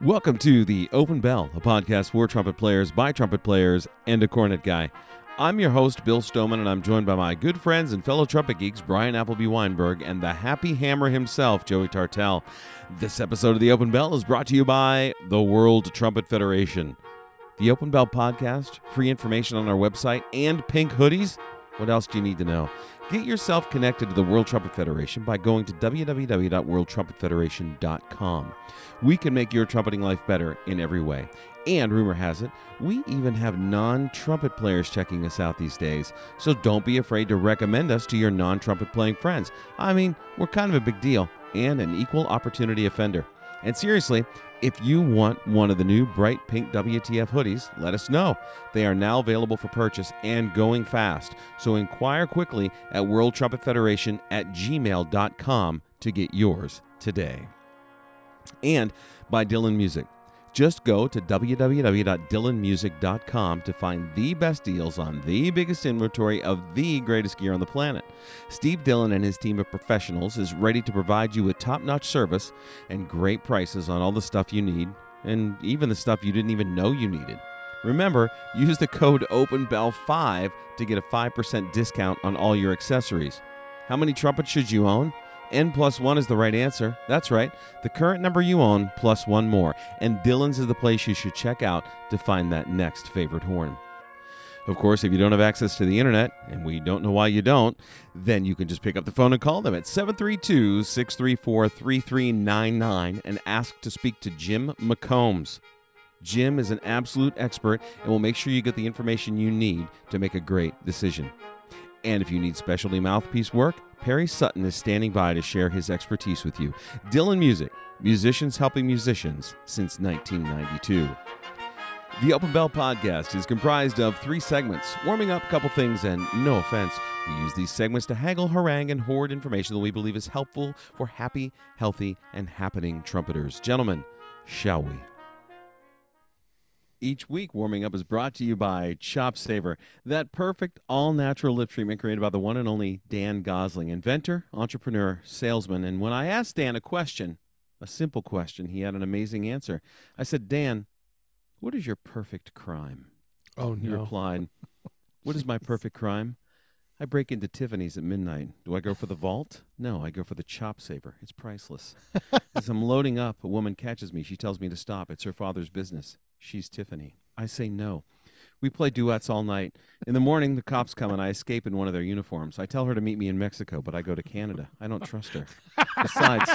Welcome to the Open Bell, a podcast for trumpet players by trumpet players and a cornet guy. I'm your host, Bill Stoneman, and I'm joined by my good friends and fellow trumpet geeks, Brian Appleby Weinberg and the happy hammer himself, Joey Tartell. This episode of the Open Bell is brought to you by the World Trumpet Federation. The Open Bell podcast, free information on our website, and pink hoodies. What else do you need to know? Get yourself connected to the World Trumpet Federation by going to www.worldtrumpetfederation.com. We can make your trumpeting life better in every way. And rumor has it, we even have non trumpet players checking us out these days. So don't be afraid to recommend us to your non trumpet playing friends. I mean, we're kind of a big deal and an equal opportunity offender. And seriously, if you want one of the new bright pink WTF hoodies, let us know. They are now available for purchase and going fast. So inquire quickly at World Trumpet Federation at gmail.com to get yours today. And by Dylan Music. Just go to www.dylanmusic.com to find the best deals on the biggest inventory of the greatest gear on the planet. Steve Dillon and his team of professionals is ready to provide you with top notch service and great prices on all the stuff you need, and even the stuff you didn't even know you needed. Remember, use the code OpenBell5 to get a 5% discount on all your accessories. How many trumpets should you own? N plus one is the right answer. That's right. The current number you own plus one more. And Dylan's is the place you should check out to find that next favorite horn. Of course, if you don't have access to the internet, and we don't know why you don't, then you can just pick up the phone and call them at 732 634 3399 and ask to speak to Jim McCombs. Jim is an absolute expert and will make sure you get the information you need to make a great decision. And if you need specialty mouthpiece work, Perry Sutton is standing by to share his expertise with you. Dylan Music, musicians helping musicians since 1992. The Open Bell podcast is comprised of three segments warming up, couple things, and no offense. We use these segments to haggle, harangue, and hoard information that we believe is helpful for happy, healthy, and happening trumpeters. Gentlemen, shall we? Each week, Warming Up is brought to you by Chop Saver, that perfect all natural lip treatment created by the one and only Dan Gosling, inventor, entrepreneur, salesman. And when I asked Dan a question, a simple question, he had an amazing answer. I said, Dan, what is your perfect crime? Oh He no! replied, What is my perfect crime? I break into Tiffany's at midnight. Do I go for the vault? No, I go for the chop saver. It's priceless. As I'm loading up, a woman catches me. She tells me to stop. It's her father's business. She's Tiffany. I say no. We play duets all night. In the morning, the cops come and I escape in one of their uniforms. I tell her to meet me in Mexico, but I go to Canada. I don't trust her. Besides,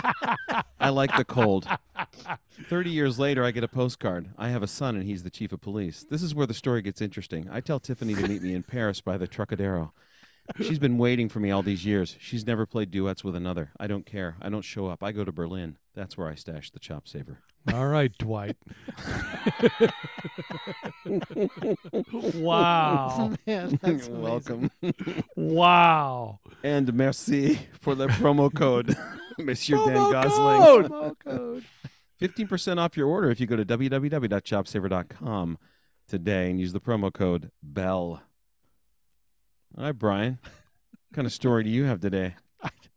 I like the cold. 30 years later, I get a postcard. I have a son, and he's the chief of police. This is where the story gets interesting. I tell Tiffany to meet me in Paris by the Trocadero. She's been waiting for me all these years. She's never played duets with another. I don't care. I don't show up. I go to Berlin. That's where I stash the chop saver. All right, Dwight. Oh, Wow. Man, that's amazing. Welcome. wow. And merci for the promo code, Monsieur Promo Dan code! Gosling. Promo Oh, code. 15% off your order if you go to www.chopsaver.com today and use the promo code BELL. All right, Brian. What kind of story do you have today?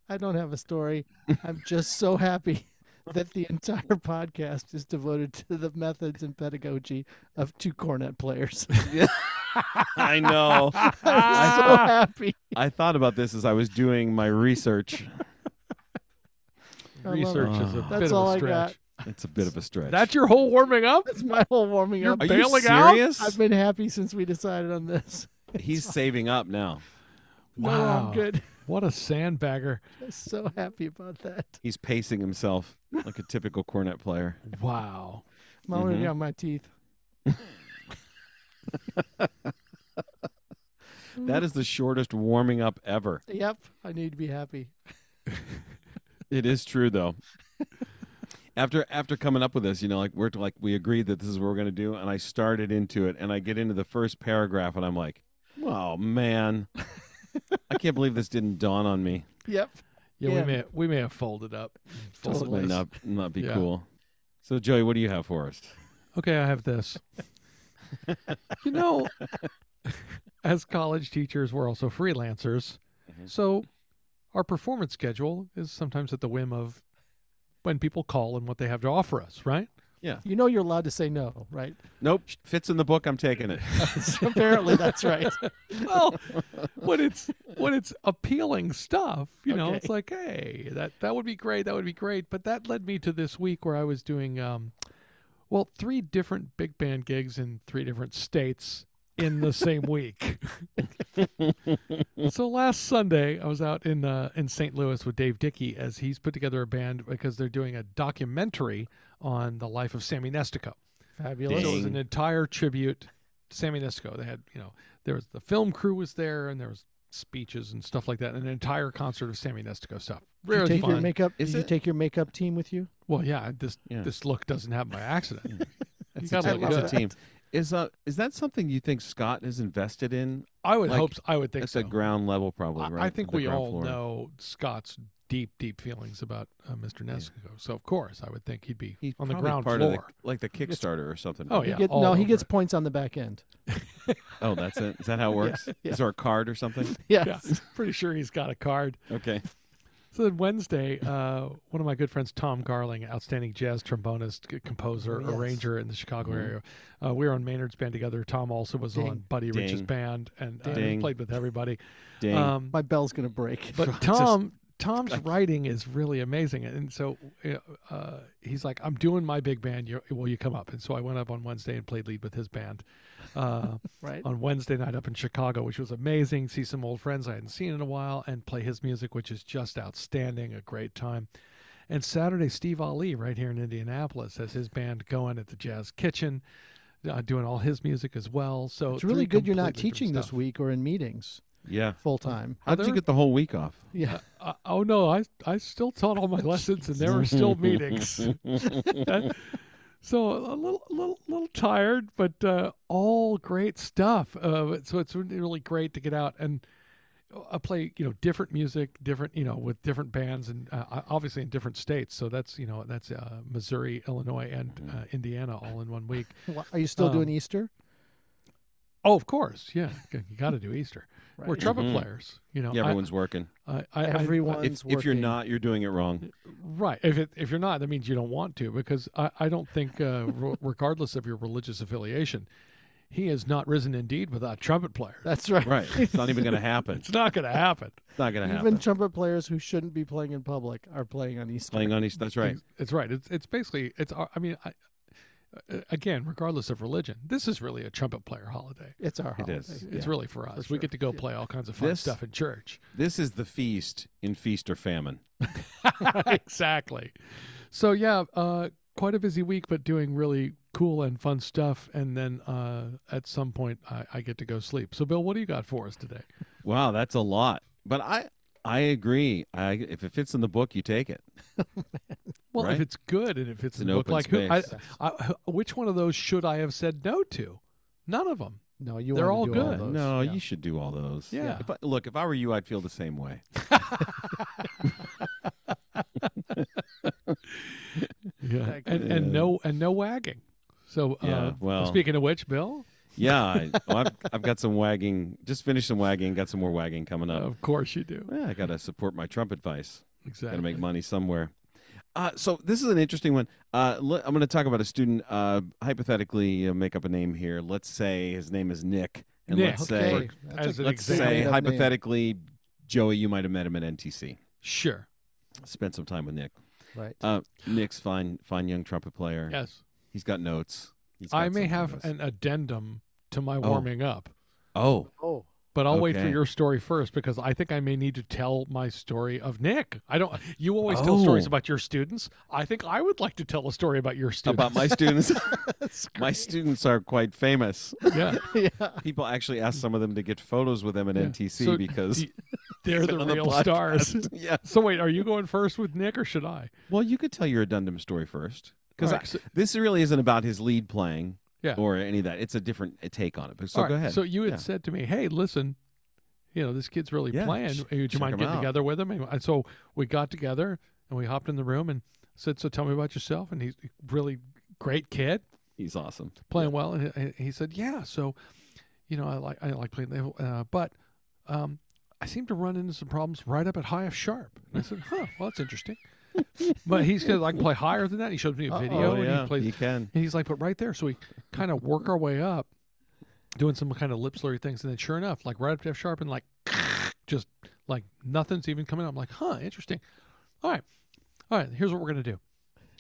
I don't have a story. I'm just so happy that the entire podcast is devoted to the methods and pedagogy of two cornet players. I know. I'm so Ah. happy. I thought about this as I was doing my research. I love it. Research is a That's bit all of a I stretch. It's a bit of a stretch. That's your whole warming up? That's my whole warming You're up. Are you bailing out? serious? I've been happy since we decided on this. He's saving up now. No, Wow. I'm good. What a sandbagger! I'm so happy about that. He's pacing himself like a typical cornet player. Wow. I'm already Mhm. on my teeth. That is the shortest warming up ever. Yep, I need to be happy. It is true though. After after coming up with this, you know, like we're like we agreed that this is what we're gonna do, and I started into it, and I get into the first paragraph, and I'm like, "Oh man, I can't believe this didn't dawn on me." Yep. Yeah, Yeah. we may we may have folded up. This Totally. may not not be Yeah. cool. So, Joey, what do you have for us? Okay, I have this. you know, as college teachers, we're also freelancers, Mhm. so our performance schedule is sometimes at the whim of when people call and what they have to offer us. Right? Yeah. You know you're allowed to say no, right? Nope. Fits in the book. I'm taking it. Apparently that's right. well, when it's when it's appealing stuff, you know, Okay. it's like, hey, that that would be great, that would be great. But that led me to this week where I was doing, um, well, three different big band gigs in three different states in the same week. so last Sunday, I was out in uh, in St. Louis with Dave Dickey as he's put together a band because they're doing a documentary on the life of Sammy Nestico. Fabulous. So it was Dang. an entire tribute to Sammy Nesco. They had, you know, there was the film crew was there and there was speeches and stuff like that. And an entire concert of Sammy Nestico stuff. Did you Really take your fun. makeup Is did you it- take your makeup team with you? well, yeah, this Yeah. Hmm. this look doesn't happen by accident. you That's a, gotta look that's a good. team. Is uh is that something you think Scott is invested in? I would Like, hope. so. I would think That's so. a ground level, I- probably, right? I think The we ground all floor. know Scott's deep, deep feelings about uh, Mr. Nesco. So of course, I would think he'd be He's on the probably ground part floor. of the, like the Kickstarter or something. Oh, right? He yeah, get- all no, he over gets it. points on the back end. Oh, that's it. Is that how it works? yeah. Is there a card or something? Yes. Yeah, pretty sure he's got a card. Okay. So then Wednesday, uh, one of my good friends, Tom Garling, outstanding jazz trombonist, c- composer, Oh, Yes. Mm-hmm. arranger in the Chicago Mhm. area. Uh, we were on Maynard's band together. Tom also was Ding. on Buddy Rich's Ding. band and uh, Ding. played with everybody. Dang. Um, My bell's gonna break. but Just- Tom, Tom's writing is really amazing, and so uh, he's like, "I'm doing my big band. You, will you come up?" And so I went up on Wednesday and played lead with his band. Uh, Right. on Wednesday night up in Chicago, which was amazing. See some old friends I hadn't seen in a while and play his music, which is just outstanding. A great time. And Saturday, Steve Ali, right here in Indianapolis, has his band going at the Jazz Kitchen, uh, doing all his music as well. So It's really three good you're not completely different teaching this stuff. week or in meetings yeah. full time. How did you get the whole week off? Yeah. Uh, oh no, I I still taught all my lessons, and there were still meetings. That- so a little little little tired, but uh, all great stuff. Uh, so it's really great to get out and I play you know different music, different you know with different bands, and uh, I- obviously in different states. So that's you know that's uh, Missouri, Illinois, and uh, Indiana all in one week. Wha- Are you still doing Um, Easter? Oh, of course, yeah, you got to do Easter. We're trumpet Mhm. players, you know. Yeah, I- everyone's working. I, I, I, Everyone's If, if you're working. not, you're doing it wrong. Right. If it, if you're not, that means you don't want to, because I, I don't think, uh, re- regardless of your religious affiliation, he is not risen indeed without trumpet players. That's right. Right. It's not even going to happen. It's not going to happen. It's not going to Even happen. trumpet players who shouldn't be playing in public are playing on Easter. Playing on East. That's right. It's, it's right. It's it's basically it's. I mean, I, uh, again, regardless of religion, this is really a trumpet player holiday. It's our It holiday. is. It's Yeah. really for us. sure. We get to go play all kinds of fun This- stuff in church. This is the feast in feast or famine. exactly. So yeah, uh, quite a busy week, but doing really cool and fun stuff. And then uh, at some point, I, I get to go sleep. So Bill, what do you got for us today? Wow, that's a lot. But I I agree. I if it fits in the book, you take it. Well, if Right. it's good and if it's an in the book, open like who, I, space. I, who- which one of those should I have said no to? None of them. No, you They're wanna all do good. those. no, Yeah. you should do all those. Yeah. If I, look, if I were you, I'd feel the same way. Yeah, Exactly. and, and no and no wagging. So uh, Yeah, well- speaking of which, Bill, Yeah, I, well, I've, I've got some wagging. Just finished some wagging. Got some more wagging coming up. of course you do. Yeah, I got to support my trumpet vice. Got Exactly. to make money somewhere. Uh, so this is an interesting one. Uh, le- I'm going to talk about a student. Uh, hypothetically, uh, make up a name here. Let's say his name is Nick, and Nick, let's say, Okay. as That's a an good let's example. say made up name. hypothetically, Joey, you might have met him at NTC. Sure. Spent some time with Nick. Right. Uh, Nick's fine, fine young trumpet player. Yes. He's got notes. He's I got may some have notes. an addendum to my Oh. warming up. oh, oh, But I'll wait for Okay. your story first because I think I may need to tell my story of Nick. I don't. You always tell stories Oh. about your students. I think I would like to tell a story about your students. about my students. that's my students are quite famous. yeah, great. yeah. People actually asked some of them to get photos with them at Yeah. NTC So, because y- they're the on the real podcast. stars. yeah. So wait, are you going first with Nick or should I? Well, you could tell your addendum story first because All right, so- this really isn't about his lead playing Yeah. or any of that. It's a different uh, take on it. But so all right, go ahead. So you had Yeah. said to me, "Hey, listen, you know this kid's really Yeah, playing. ch- Would you check mind him getting out." together with him?" And I- so we got together and we hopped in the room and said, "So tell me about yourself." And he's a really great kid. He's awesome. playing well, and he- and he said, "Yeah, so you know, I like I like playing, the- uh, but um, I seem to run into some problems right up at high F sharp." And I said, "Huh, well that's interesting." But he's gonna like play higher than that. He shows me a video Oh, and he plays you can. and he's like, but right there. So we kind of work our way up, doing some kind of lip slurry things, and then sure enough, like right up to F sharp and like just like nothing's even coming up. I'm like, huh, interesting. All right. All right, here's what we're gonna do.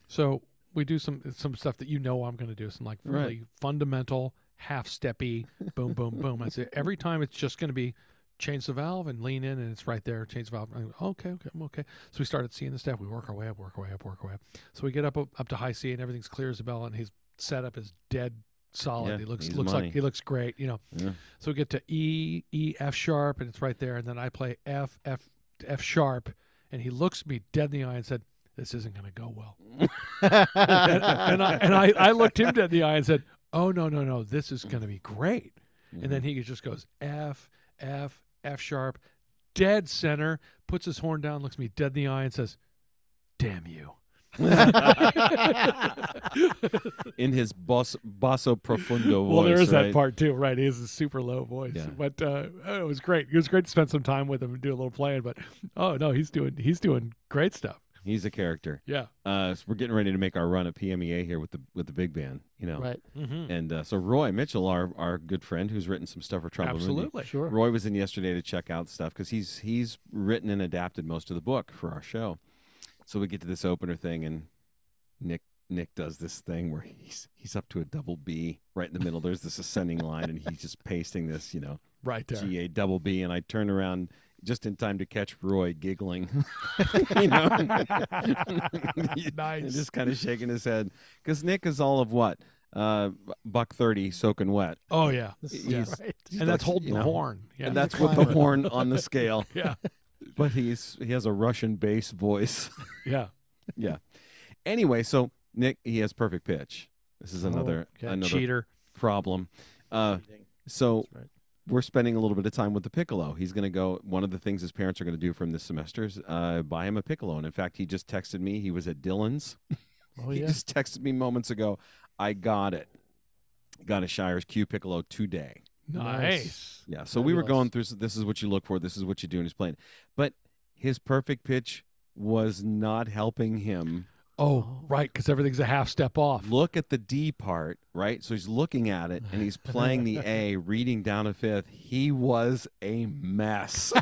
So we do some some stuff that you know I'm gonna do, some like Right. really fundamental, half steppy, boom, boom, boom. I say every time it's just gonna be change the valve and lean in and it's right there, change the valve. I'm, okay, okay, I'm okay. So we started seeing the stuff. We work our way up, work our way up, work our way up. So we get up up to high C and everything's clear as a bell and his setup is dead solid. Yeah, he looks he's looks money. like he looks great, you know. Yeah. So we get to E, E, F sharp, and it's right there, and then I play F, F, F sharp, and he looks me dead in the eye and said, This isn't gonna go well. and, and I and I, I looked him dead in the eye and said, Oh no, no, no, this is gonna be great. And then he just goes F, F, F sharp, dead center, puts his horn down, looks me dead in the eye, and says, Damn you. in his boss, basso profundo voice. well, there is right? that part too, right? He has a super low voice, Yeah. but uh, it was great. It was great to spend some time with him and do a little playing. But oh no, he's doing he's doing great stuff. He's a character. Yeah. Uh, so we're getting ready to make our run at PMEA here with the with the big band, you know. Right. Mm-hmm. And uh, so Roy Mitchell, our our good friend, who's written some stuff for Trouble Mooney, Absolutely. Sure. Roy was in yesterday to check out stuff because he's he's written and adapted most of the book for our show. So we get to this opener thing, and Nick Nick does this thing where he's he's up to a double B right in the middle. There's this ascending line, and he's just pasting this, you know, Right there. G A double B, and I turn around just in time to catch Roy giggling, you know, and Nice. just kind of shaking his head because Nick is all of what uh, buck thirty soaking wet, oh yeah. This is He's- right. He's and that's like, holding you the know, horn. Yeah. and that's with the Climber. horn on the scale. yeah. But he's he has a Russian bass voice. Yeah. Anyway, so Nick he has perfect pitch. This is another okay. another Cheater. problem. Uh, so That's right. we're spending a little bit of time with the piccolo. He's going to go. One of the things his parents are going to do for him this semester is uh, buy him a piccolo. And in fact, he just texted me. He was at Dylan's. Oh He yeah. just texted me moments ago. I got it. Got a Shire's Q piccolo today. Nice. Yeah. So we were Fabulous. going through. s- This is what you look for. This is what you do. And he's playing. But his perfect pitch was not helping him. Oh, right, because everything's a half step off. Look at the D part, right? So he's looking at it and he's playing the A, reading down a fifth. He was a mess.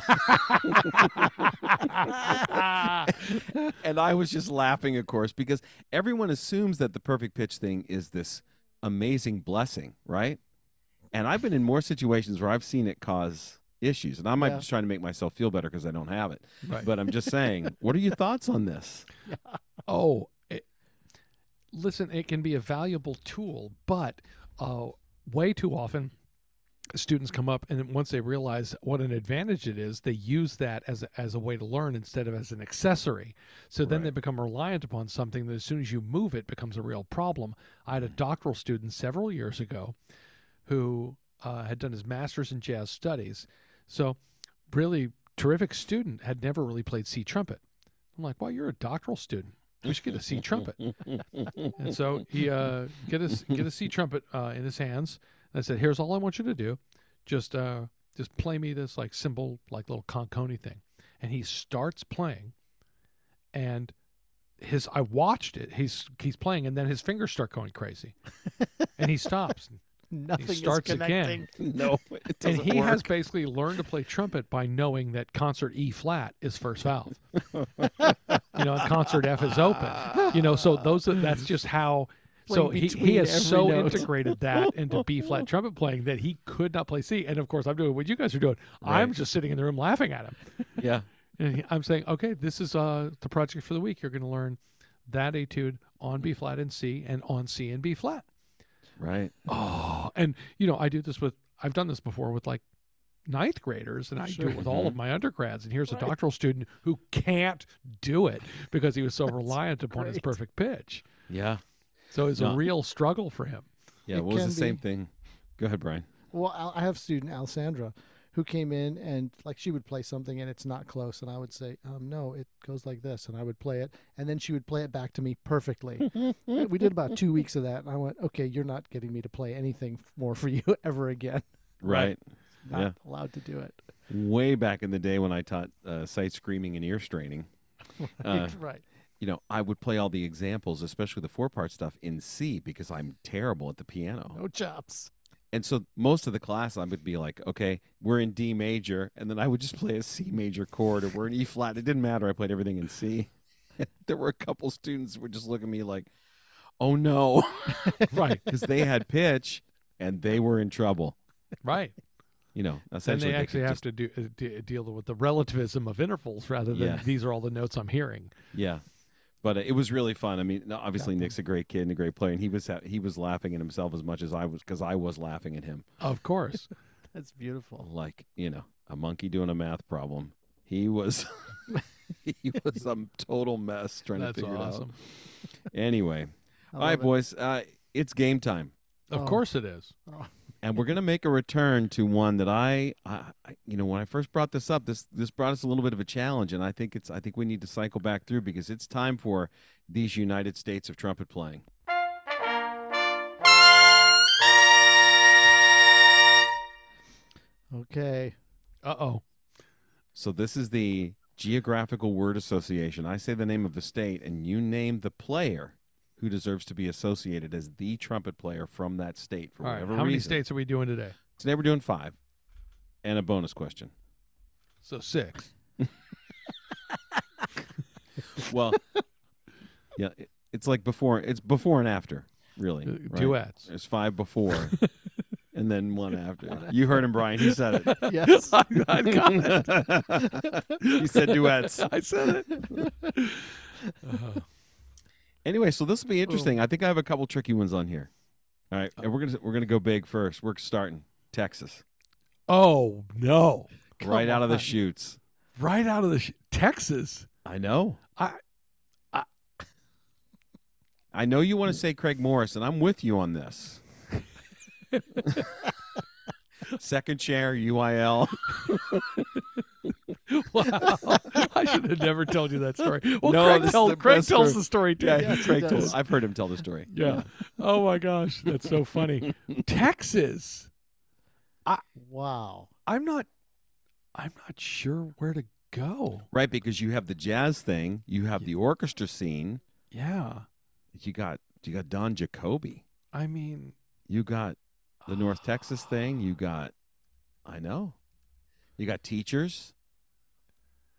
and I was just laughing, of course, because everyone assumes that the perfect pitch thing is this amazing blessing, right? And I've been in more situations where I've seen it cause issues, and I might Yeah. be just trying to make myself feel better because I don't have it. Right. But I'm just saying, what are your thoughts on this? Oh, it, listen, it can be a valuable tool, but uh, way too often students come up and once they realize what an advantage it is, they use that as a, as a way to learn instead of as an accessory. So then Right. they become reliant upon something that as soon as you move it becomes a real problem. I had a doctoral student several years ago who uh, had done his master's in jazz studies. So, really terrific student, had never really played C trumpet. I'm like, well, you're a doctoral student. We should get a C trumpet. and so he uh, get a get a C trumpet uh, in his hands. And I said, here's all I want you to do, just uh, just play me this like cymbal, like little conconi thing. And he starts playing, and his I watched it. He's he's playing, and then his fingers start going crazy, and he stops. Nothing he starts is connecting. again. No, it And doesn't he work. has basically learned to play trumpet by knowing that concert E flat is first valve. you know, and concert F is open. You know, so those are, that's just how. So Playing he, he between every has so note. integrated that into B flat trumpet playing that he could not play C. And of course, I'm doing what you guys are doing. I'm Right. just sitting in the room laughing at him. yeah. And he- I'm saying, okay, this is uh, the project for the week. You're going to learn that etude on B flat and C and on C and B flat. Right. Oh, and you know, I do this with I've done this before with like ninth graders, and I do Sure. Mm-hmm. it with all of my undergrads. And here's a doctoral student who can't do it because he was so reliant upon his great. perfect pitch. Yeah. So it's No. a real struggle for him. Yeah. It what was the can same be- thing? Go ahead, Brian. Well, Al- I have student Alessandra who came in and like she would play something and it's not close and I would say, um, no, it goes like this and I would play it and then she would play it back to me perfectly. And we did about two weeks of that and I went, okay, you're not getting me to play anything f- more for you ever again. Right. Not Yeah. allowed to do it. Way back in the day when I taught uh, sight screaming and ear straining, uh, right. you know, I would play all the examples, especially the four part stuff, in C because I'm terrible at the piano. Oh. No chops. And so most of the class, I would be like, okay, we're in D major. And then I would just play a C major chord or we're in E flat. It didn't matter. I played everything in C. there were a couple students who would just look at me like, oh no, right, because they had pitch and they were in trouble. right. You know, Then essentially, they actually could have just- to do, uh, de- deal with the relativism of intervals rather than Yeah. these are all the notes I'm hearing. yeah. But uh, it was really fun. I mean, no, obviously Yeah. Nick's a great kid and a great player, and he was ha- he was laughing at himself as much as I was because I was laughing at him. Of course. That's beautiful. like you know a monkey doing a math problem he was he was a total mess trying That's to figure awesome. it out anyway I all right love boys uh, it's game time Of Oh. course it is. and we're gonna make a return to one that I, I I- you know when i first brought this up this this brought us a little bit of a challenge and i think it's i think we need to cycle back through because it's time for these united states of trumpet playing it. Okay. Uh oh. so this is the geographical word association i say the name of the state and you name the player who deserves to be associated as the trumpet player from that state for All right. whatever How many reason. states are we doing today? Today we're doing five, and a bonus question. So six. Well, yeah, it- it's like before. It's before and after, really. Uh, right? Duets. There's five before, and then one after. You heard him, Brian. He said it. Yes. I, I got it. he said duets. I said it. Uh, Anyway, so this will be interesting. I think I have a couple tricky ones on here. All right, and we're gonna we're gonna go big first. We're starting Texas oh no! right out of the on. chutes. Right out of the sh- Texas. I know. I- I- I know you want to say Craig Morris, and I'm with you on this. Second chair, UIL. Wow! I should have never told you that story. Well, No, this Craig, is tells the Craig best tells story. the story too. Yeah, Yes, he Craig told. does. I've heard him tell the story. Yeah. Oh my gosh, that's so funny. Texas. Wow. I'm not. I'm not sure where to go. Right, because you have the jazz thing, you have the orchestra scene, Yeah. you got you got Don Jacoby, I mean, you got the North Texas thing, you got I know. You got teachers,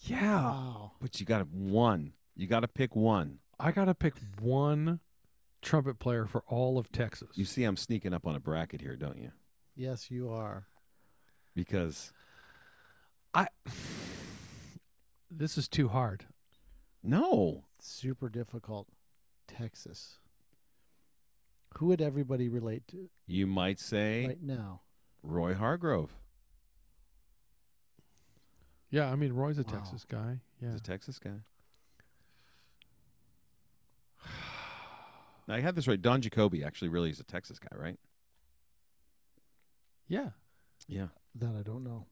Yeah. Wow. but you got one. You gotta pick one. I gotta pick one trumpet player for all of Texas. You see I'm sneaking up on a bracket here, don't you? Yes, you are. Because I. This is too hard. no. Super difficult. Texas. Who would everybody relate to You might say right now? Roy Hargrove, Yeah, I mean Roy's a Wow. Texas guy. Yeah. the Texas guy. Now I had this right. Don Jacoby actually really is a Texas guy, right? Yeah. Yeah. That I don't know.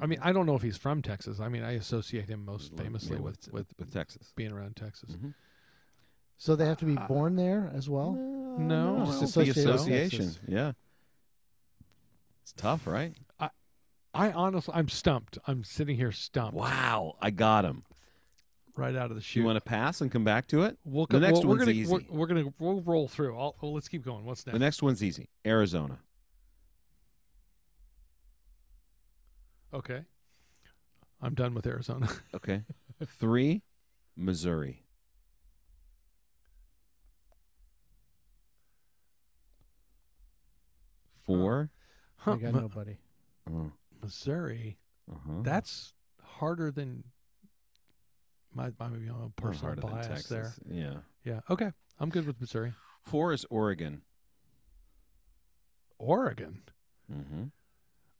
I mean, I don't know if he's from Texas. I mean, I associate him most Lo- famously Mm-hmm. yeah, with, with with Mm-hmm. Texas. being around Texas. So they have to be Uh, born there as well? No, It's I just don't the think so. association. Texas. Yeah, it's tough, right? I honestly, I'm stumped. I'm sitting here stumped Wow, I got him. right out of the Do chute. you want to pass and come back to it? we'll the go- next well, we're one's gonna, easy. We're, we're gonna we'll roll through. I'll, well, let's keep going. What's next? The next one's easy. Arizona. Okay. I'm done with Arizona. Okay. Three, Missouri. Four. I got Mi- nobody. Oh, Missouri. uh-huh. That's harder than my my maybe I'm a We're personal harder than bias there. Texas. Yeah. Yeah. Okay. I'm good with Missouri. Four is Oregon. Oregon. Mm-hmm.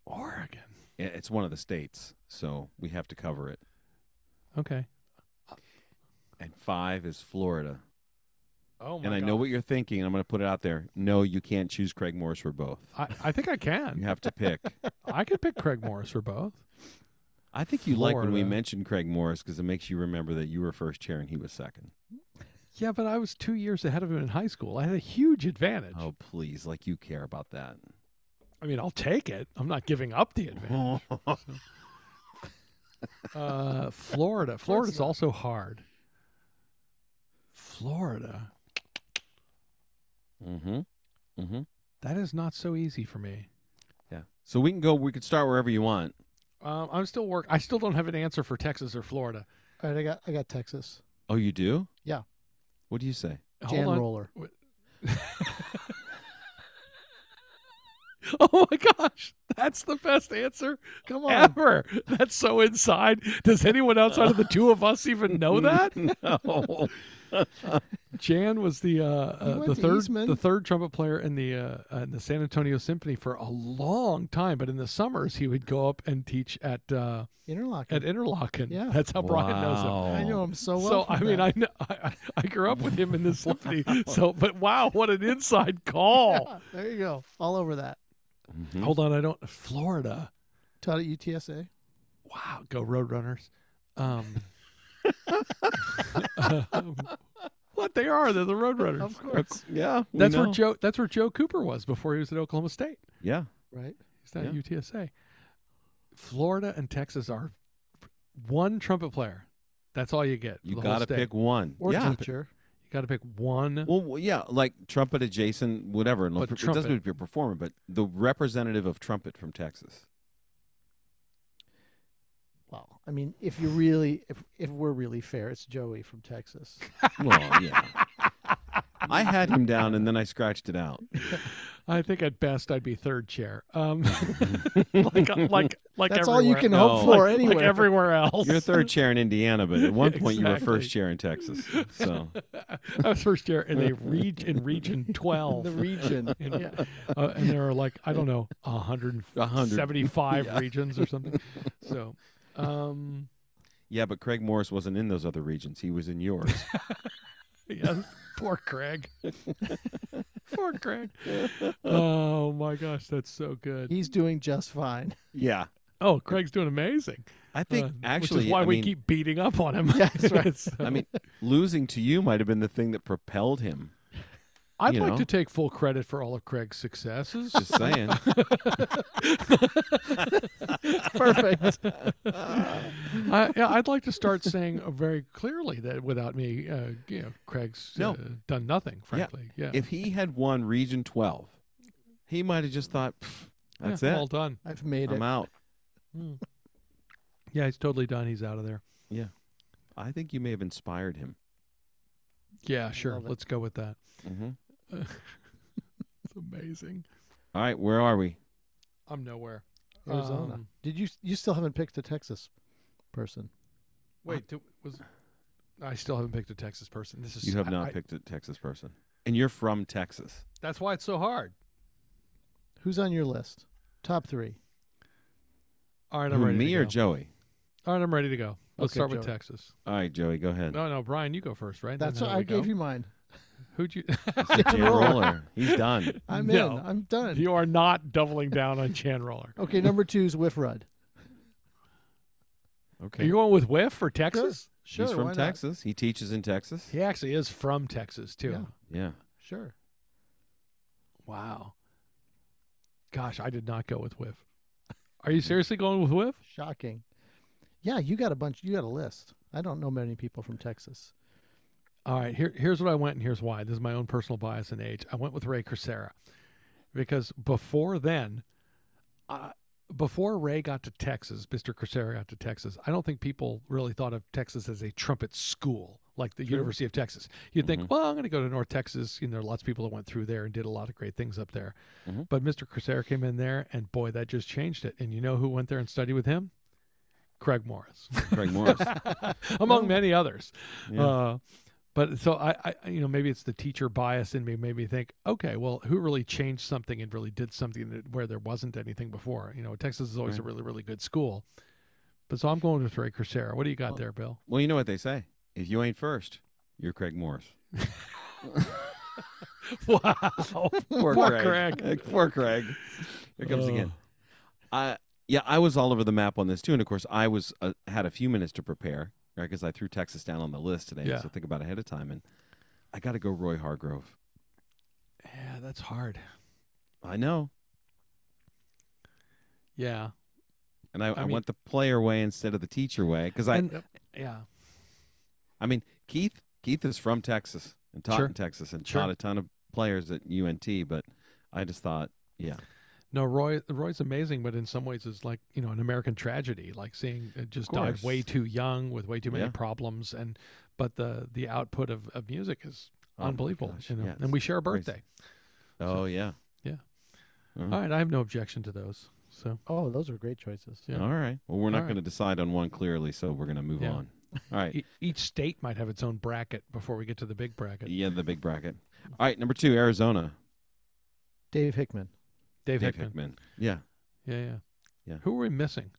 Oregon. It's one of the states, so we have to cover it. Okay. And five is Florida. Oh my and I know what you're thinking, and I'm going to put it out there. No, you can't choose Craig Morris for both. I, I think I You can. have to pick. I could pick Craig Morris for both. I think you like when we Florida. mentioned Craig Morris because it makes you remember that you were first chair and he was second. Yeah, but I was two years ahead of him in high school. I had a huge advantage. Oh, please. Like you care about that. I mean, I'll take it. I'm not giving up the advantage. Mm-hmm, uh, Florida. Florida's also hard. Florida. Mm-hmm. Mm-hmm. That is not so easy for me. Yeah. So we can go. We can start wherever you want. Um, I'm still work. I still don't have an answer for Texas or Florida. All right, I got I got Texas. Oh, you do? Yeah. What do you say? Jan Hold on. roller. Oh my gosh, that's the best answer Come on. ever. That's so inside. Does anyone outside of the two of us even know that? no. Jan was the uh, uh, went the to third Eastman. the third trumpet player in the uh, uh, in the San Antonio Symphony for a long time. But in the summers, he would go up and teach at uh, Interlocking. at Interlaken. Yeah. that's how Brian knows him. Oh. I know him so well. so from I mean, that. I, know, I I grew up with him in this symphony. So, but wow, what an inside call! Yeah, there you go. All over that. Mhm. Hold on, I don't Florida. Taught at UTSA. Wow, go Roadrunners. Um, um, what they are? They're the Roadrunners. Of course. Yeah. we That's where know. Joe. That's where Joe Cooper was before he was at Oklahoma State. Yeah. Right. He's not Yeah. at UTSA. Florida and Texas are one trumpet player. That's all you get. for You the whole gotta state. pick one. Or yeah. teacher. You got to pick one. Well, w- yeah, like trumpet adjacent, whatever. and But it doesn't trumpet. have to be a performer, but the representative of trumpet from Texas. Well, I mean, if you really, if if we're really fair, it's Joey from Texas. Well, yeah. I had him down and then I scratched it out. I think at best I'd be third chair. Um, like like like That's all you everywhere- can No. hope Like- for like anywhere. everywhere else. You're third chair in Indiana, but at one point you were Exactly. first chair in Texas. So I was first chair in a reg- in region twelve. the region. in- yeah. uh, and there are like I don't know 175 Yeah. regions or something. So, um, yeah, but Craig Morris wasn't in those other regions. He was in yours. yes, poor Craig. poor Craig. Oh my gosh, that's so good. He's doing just fine. yeah. Oh, Craig's doing amazing. I think Uh, actually which is why I we mean, keep beating up on him. Yeah, that's right. So- I mean losing to you might have been the thing that propelled him. I'd you like know. to take full credit for all of Craig's successes. Just saying. Perfect. I, yeah, I'd like to start saying uh, very clearly that without me, uh, you know, Craig's No. uh, done nothing. Frankly, yeah. if he had won Region 12, he might have just thought, "Pff, that's Yeah, it. All done. Hmm. I've made I'm it. out. Yeah, he's totally done. He's out of there. I think you may have inspired him. Yeah, sure. love it. Let's go with that. Mm-hmm. Mhm. It's amazing. All right, where are we? I'm nowhere. Arizona. Um, Did you? You still haven't picked the Texas person. wait, do, was I still haven't picked a Texas person? This is You have I- not I- picked a Texas person. And you're from Texas. That's why it's so hard. Who's on your list? Top three. All right, I'm Who, ready. me to or go. Joey? All right, I'm ready to go. Let's Okay, start with Joey. Texas. All right, Joey, go ahead. No, no, Brian, you go first, right? That's Then what how do I we gave go? you mine. Who'd you? Jan Roller. He's done. I'm No. in. I'm done. you are not doubling down on Chan Roller. Okay, number two is Whiff Rudd. Okay. Are you going with Whiff for Texas? Sure, He's from why not? Texas. He teaches in Texas. He actually is from Texas too. Yeah. Yeah. Sure. Wow. Gosh, I did not go with Whiff. Are you seriously going with Whiff? Shocking. Yeah, you got a bunch. You got a list. I don't know many people from Texas. All right, here, here's what I went and here's why. This is my own personal bias and age. I went with Ray Crisera because before then, uh, before Ray got to Texas, Mr. Crisera got to Texas, I don't think people really thought of Texas as a trumpet school like the University of Texas. You'd think, well, I'm going to go to North Texas. You know, there are lots of people that went through there and did a lot of great things up there. Mhm. But Mr. Crisera came in there and boy, that just changed it. And you know who went there and studied with him? Craig Morris. Craig Morris. among many others. Yeah. Uh, but so I, I, I- you know, maybe it's the teacher bias in me made me think, okay, well, who really changed something and really did something that- where there wasn't anything before? You know, Texas is always a Right. really, really good school. But so I'm going with Ray Crisera. What do you got Well- there, Bill? well, you know what they say. If you ain't first, you're Craig Morris. Wow. Poor, Poor Craig. Craig. Poor Craig. Here comes Ugh. again. I yeah, I was all over the map on this too, and of course, I was uh, had a few minutes to prepare, right? Because I threw Texas down on the list today, Yeah. so think about it ahead of time. And I got to go Roy Hargrove. Yeah, that's hard. I know, Yeah. and I, I, mean- went uh, the player way instead of the teacher way because I And- yeah. I mean Keith Keith is from Texas and taught Sure. in Texas and Sure. taught a ton of players at UNT, but I just thought, yeah, No, Roy. Roy's amazing, but in some ways, it's like you know an American tragedy, like seeing uh, just died course. way too young with way too many Yeah. problems, and but the the output of, of music is Oh my unbelievable. gosh, you know, yeah, and we share a crazy. birthday. oh yeah, Yeah. Mhm. All right, I have no objection to those. So Oh, those are great choices. Yeah. All right. Well, we're not All right. going to decide on one clearly, so we're going to move Yeah. on. All right. e- each state might have its own bracket before we get to the big bracket. Yeah, the big bracket. All right, number two, Arizona. Dave Hickman. Dave, Dave, Hickman. Hickman. Yeah, Yeah, yeah, Yeah. Who are we missing?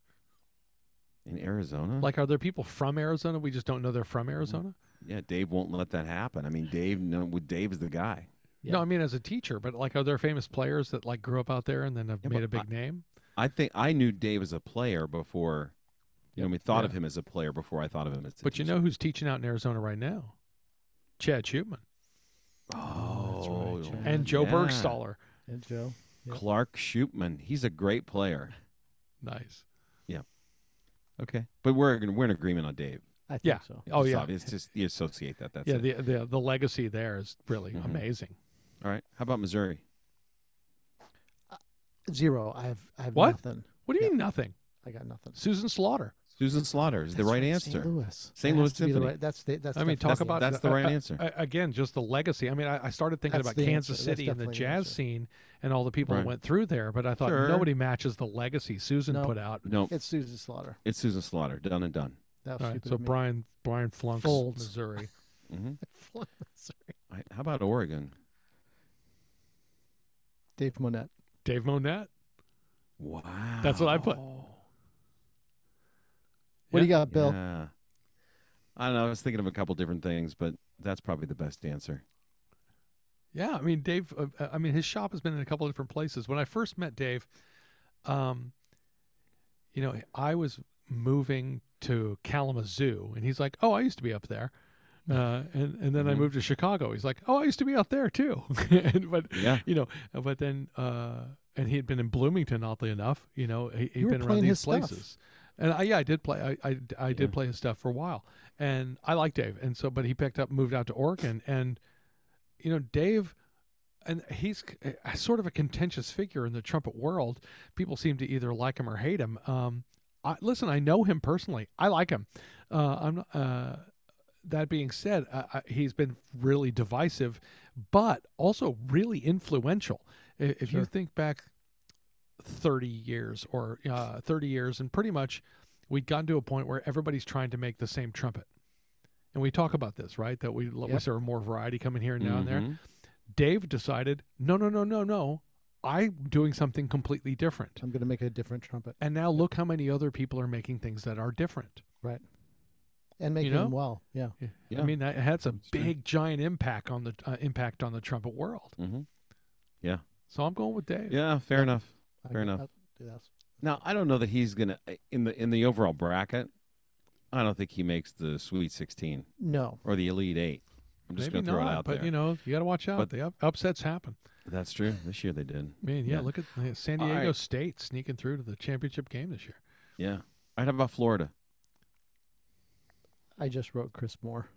in Arizona. Like, are there people from Arizona? We just don't know they're Mm-hmm. from Arizona. yeah, Dave won't let that happen. I mean, Dave. No, with Dave is the guy. Yeah. No, I mean as a teacher, but like, are there famous players that like grew up out there and then have Yeah, made but a big name? I think I knew Dave as a player before. You know, we thought of Yeah. him as a player before I thought of him as. A But you teacher. know who's teaching out in Arizona right now? Chad Schumann oh, That's right, and Joe yeah. Bergstaller. And Joe. Yep. Clark Shoupman. He's a great player. Nice. Okay, but we're in- we're in agreement on Dave. I think Yeah. so. Oh It's yeah, obvious. It's just you associate that. That's yeah. it. The, the the legacy there is really Mhm. amazing. All right. How about Missouri? Zero. I have I have What? nothing. What do you Yeah. mean nothing? I got nothing. Susan Slaughter. Susan Slaughter is the That's right St. answer. Louis. St. That has Louis to be the Symphony. right- that's the that's I mean, definitely talk the about that's the right uh, uh, answer. uh, again, just the legacy. I mean, I, I started thinking That's about the Kansas answer. That's City and the definitely the jazz answer. scene and all the people Right. that went through there, but I thought Sure. nobody matches the legacy Susan No. put out. No, It's Susan Slaughter. it's Susan Slaughter. Done and done. That was All right, stupid so of me. Brian Brian Flunks, Folds. Missouri. hmm Flunk, sorry. how about Oregon? Dave Monette. Dave Monette. Wow. That's what I put. What do you got, Bill? Yeah. I don't know. I was thinking of a couple different things, but that's probably the best answer. Yeah, I mean Dave. Uh, uh, I mean his shop has been in a couple of different places. When I first met Dave, um, you know, I was moving to Kalamazoo, and he's like, "Oh, I used to be up there," uh, and and then I Mhm. moved to Chicago. He's like, "Oh, I used to be out there too," and, but Yeah. you know, uh, but then uh, and he had been in Bloomington, oddly enough. You know, he, he'd You were been around playing these his stuff. places, and I, yeah, I did play. I I, I did Yeah. play his stuff for a while, and I liked Dave, and so but he picked up, moved out to Oregon, and you know, Dave. And he's c- a- sort of a contentious figure in the trumpet world. People seem to either like him or hate him. Um, I, listen, I know him personally. I like him. Uh, I'm. not- Uh, that being said, uh, I, he's been really divisive, but also really influential. I- If, you Sure. think back thirty years or uh, thirty years, and pretty much we'd gotten to a point where everybody's trying to make the same trumpet. And we talk about this, right? That we we Yep. Mm-hmm. serve more variety coming here and down there. Mhm. Dave decided, no, no, no, no, no. I'm doing something completely different. I'm going to make a different trumpet And now look how many other people are making things that are different. and make You it know? well. Yeah. Yeah. I mean, that that's a That's true. big, giant impact on the uh, impact on the trumpet world. Mhm. So I'm going with Dave. Yeah. Fair enough. I Fair g- enough. I'll do that. Now I don't know that he's gonna in the in the overall bracket. I don't think he makes the Sweet 16 No. or the Elite Eight. I'm just Maybe gonna throw not, it out but there. you know, you got to watch out. But- the up- upsets happen. That's true. This year they did. Man, yeah, Yeah. look at uh, San All Diego right. State sneaking through to the championship game this year. Yeah. All right. How about Florida? I just wrote Chris Moore.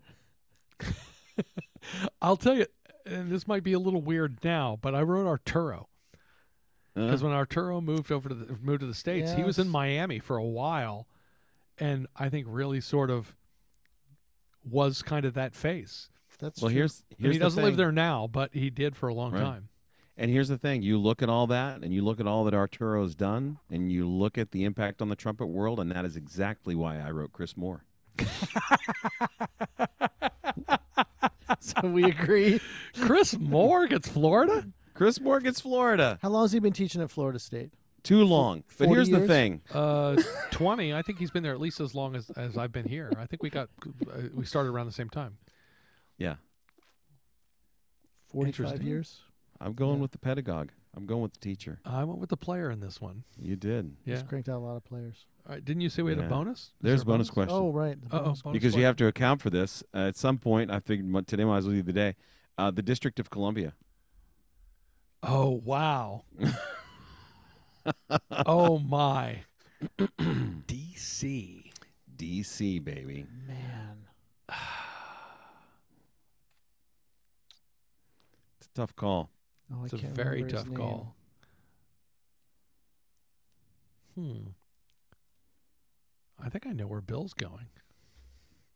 I'll tell you, and this might be a little weird now, but I wrote Arturo Uh, because when Arturo moved over to the moved to the states, he was in Yes. Miami for a while, and I think really sort of was kind of that face. That's well, true. here's I mean, here's he the doesn't live thing. there now, but he did for a long Right. time. And here's the thing: you look at all that, and you look at all that Arturo's done, and you look at the impact on the trumpet world, and that is exactly why I wrote Chris Moore. so we agree. Chris Moore gets Florida. Chris Moore gets Florida How long has he been teaching at Florida State? too long, but 40 here's the years? thing: Uh, twenty. I think he's been there at least as long as, as I've been here. I think we got uh, we started around the same time. yeah, 45 Interesting. years? I'm going Yeah. with the pedagogue. I'm going with the teacher. I went with the player in this one. You did. Yeah. He's cranked out a lot of players. All right, didn't you say we had Yeah. a bonus? Is There's there a bonus question Oh, right. the Uh-oh, bonus- bonus because you question. have to account for this uh, at some point. I figured mo- today might as well be the day. Uh, the District of Columbia. Oh wow. oh my. DC. DC, baby. Man. Tough call. Oh, It's I a can't very remember his tough name. call. Hmm. I think I know where Bill's going.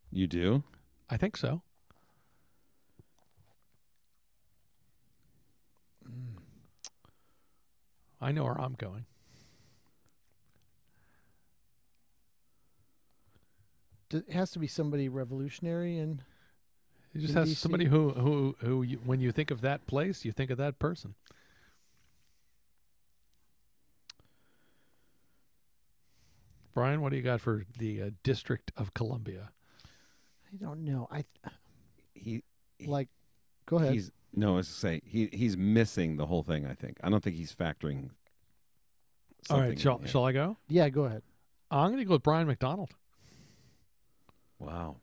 You do? I think so. Mm. I know where I'm going. D- It has to be somebody revolutionary and It just In has DC? somebody who who who you, when you think of that place, you think of that person. Brian, what do you got for the uh, District of Columbia? I don't know. I He like. Go ahead. he's no, I was to say he he's missing the whole thing, I think. I don't think he's factoring All something right, in shall, here. shall I go? yeah, go ahead. I'm going to go with Brian McDonald. Wow.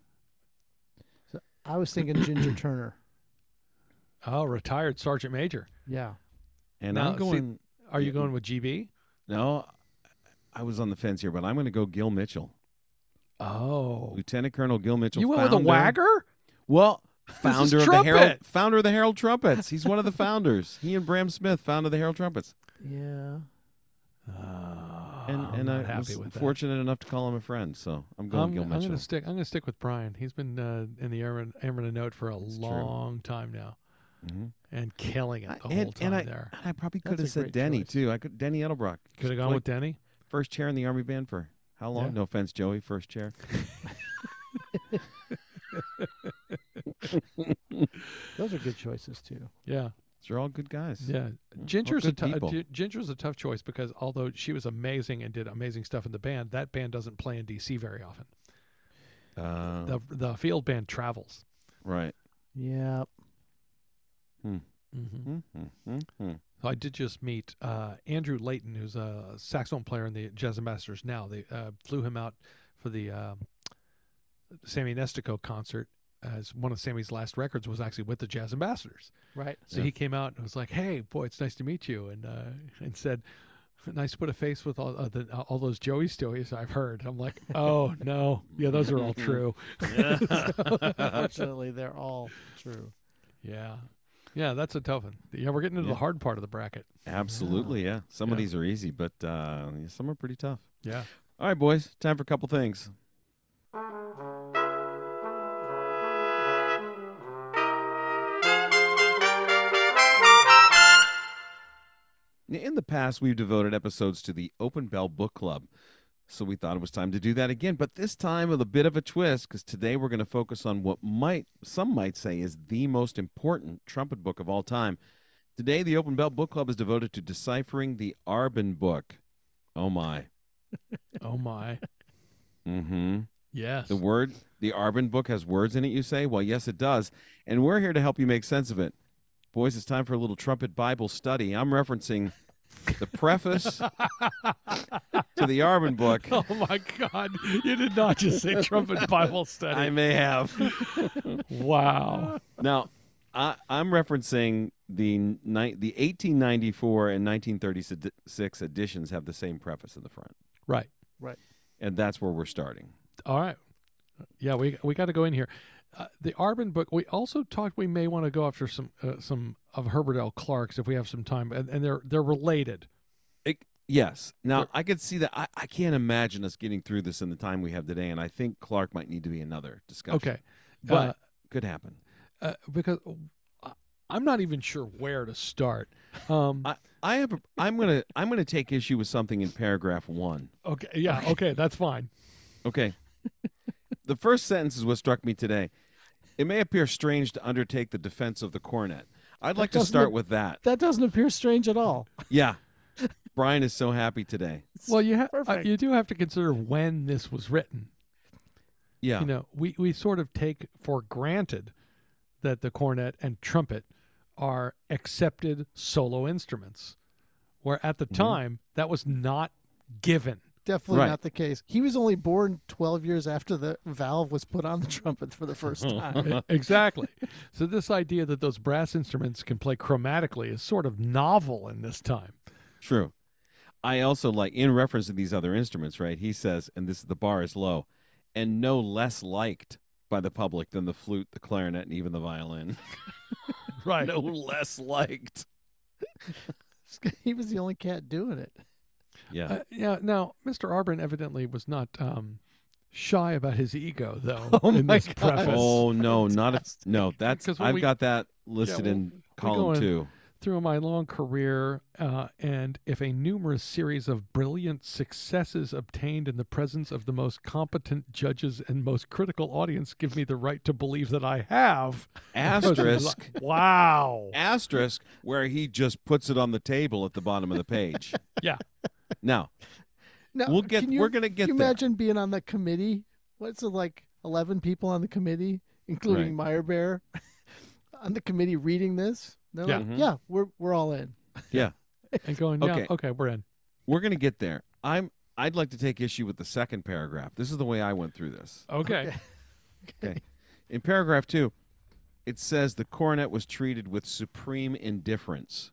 I was thinking Ginger Turner. Oh, retired sergeant major. Yeah. And Now, I'm see- going Are you Yeah. going with GB? No, I was on the fence here, but I'm going to go Gil Mitchell. Oh, Lieutenant Colonel Gil Mitchell. you went with a founder- wagger? Well, is founder of the Herald, trumpet. founder of the Herald Trumpets. He's one of the founders. He and Bram Smith founded the Herald Trumpets. Yeah. And and and I'm I happy was with that. fortunate enough to call him a friend, so I'm going I'm, Gil I'm Mitchell. gonna stick. I'm gonna stick with Brian. He's been uh, in the Airman, Airman of Note for a It's true. long time now, Mhm. and killing it I- the and- whole time and I- there. And I probably could That's have said a great Denny choice. too. I could Denny Edelbrock. Could have gone like, with Denny. first chair in the army band for how long? Yeah. No offense, Joey. First chair. Those are good choices too. Yeah, They're all good guys. yeah. Ginger's a good tou- people. Gi- Ginger's a tough choice because although she was amazing and did amazing stuff in the band, that band doesn't play in D.C. very often. Uh, The the field band travels. right. Yeah. Mm-hmm. Mhm, mhm. So I did just meet uh, Andrew Layton, who's a saxophone player in the Jazz Ambassadors now. They uh, flew him out for the um Sammy Nestico concert. As one of Sammy's last records was actually with the Jazz Ambassadors, Right. so Yeah. he came out and was like, "Hey, boy, it's nice to meet you," and uh, and said, "Nice to put a face with all uh, the, all those Joey stories I've heard." I'm like, "Oh no, yeah, those are all true." Unfortunately, they're all true. yeah, yeah, that's a tough one. Yeah, we're getting into the Yeah. hard part of the bracket. Absolutely, yeah. Some of Yeah. these are easy, but uh, some are pretty tough. Yeah. All right, boys. Time for a couple things. Now, In the past, we've devoted episodes to the Open Bell Book Club. So we thought it was time to do that again, but this time with a bit of a twist because today we're going to focus on what might some might say is the most important trumpet book of all time. Today, the Open Bell Book Club is devoted to deciphering the Arbin book. Oh my. Oh my. Mm-hmm. Yes. The word, the Arbin book has words in it, you say? Well, yes, it does. And we're here to help you make sense of it. Boys, it's time for a little trumpet Bible study. I'm referencing the preface to the Arbin book. Oh my God! You did not just say trumpet Bible study. I may have. wow. Now, I, I'm referencing the ni- the 1894 and 1936 editions have the same preface in the front, Right. and that's where we're starting. All right. Yeah, we we got to go in here. Uh, the Arbin book. We also talked. We may want to go after some uh, some of Herbert L. Clark's if we have some time, and, and they're they're related. Yes. Now I could see that. I, I can't imagine us getting through this in the time we have today, and I think Clark might need to be another discussion. Okay. but could happen. uh, uh, because I- I'm not even sure where to start. Um, I, I have. A, I'm gonna. I'm gonna take issue with something in paragraph one. okay. Yeah. Okay. That's fine. Okay. the first sentence is what struck me today. It may appear strange to undertake the defense of the cornet. I'd like to doesn't start ap- with that. That doesn't appear strange at all. Yeah. Brian is so happy today. Well, you ha- uh, Perfect. you do have to consider when this was written. Yeah. you know we, we sort of take for granted that the cornet and trumpet are accepted solo instruments where at the time that was not given Definitely Right. not the case. He was only born 12 years after the valve was put on the trumpet for the first time. E- exactly so this idea that those brass instruments can play chromatically is sort of novel in this time True. I also like in reference to these other instruments, right? He says, and this the bar is low, and no less liked by the public than the flute, the clarinet, and even the violin. right. no less liked. he was the only cat doing it. Yeah. Uh, yeah. Now, Mr. Arbin evidently was not um, shy about his ego, though. Oh in my this God. preface, oh no, not if fantastic. no. That's 'Cause when I've we- got that listed Yeah, in we're column going- two. through my long career, uh, and if a numerous series of brilliant successes obtained in the presence of the most competent judges and most critical audience give me the right to believe that I have. Asterisk. Wow. asterisk where he just puts it on the table at the bottom of the page. Yeah. Now No, we'll get. Can you, we're gonna get can you there. imagine being on the committee? What's it like? Eleven people on the committee, including Meyer Bear, on the committee reading this. They're Yeah. like, Mhm. yeah, we're we're all in. And going, yeah, Okay. okay, we're in. We're gonna get there. I'm. I'd like to take issue with the second paragraph. This is the way I went through this. Okay. In paragraph two, it says the coronet was treated with supreme indifference.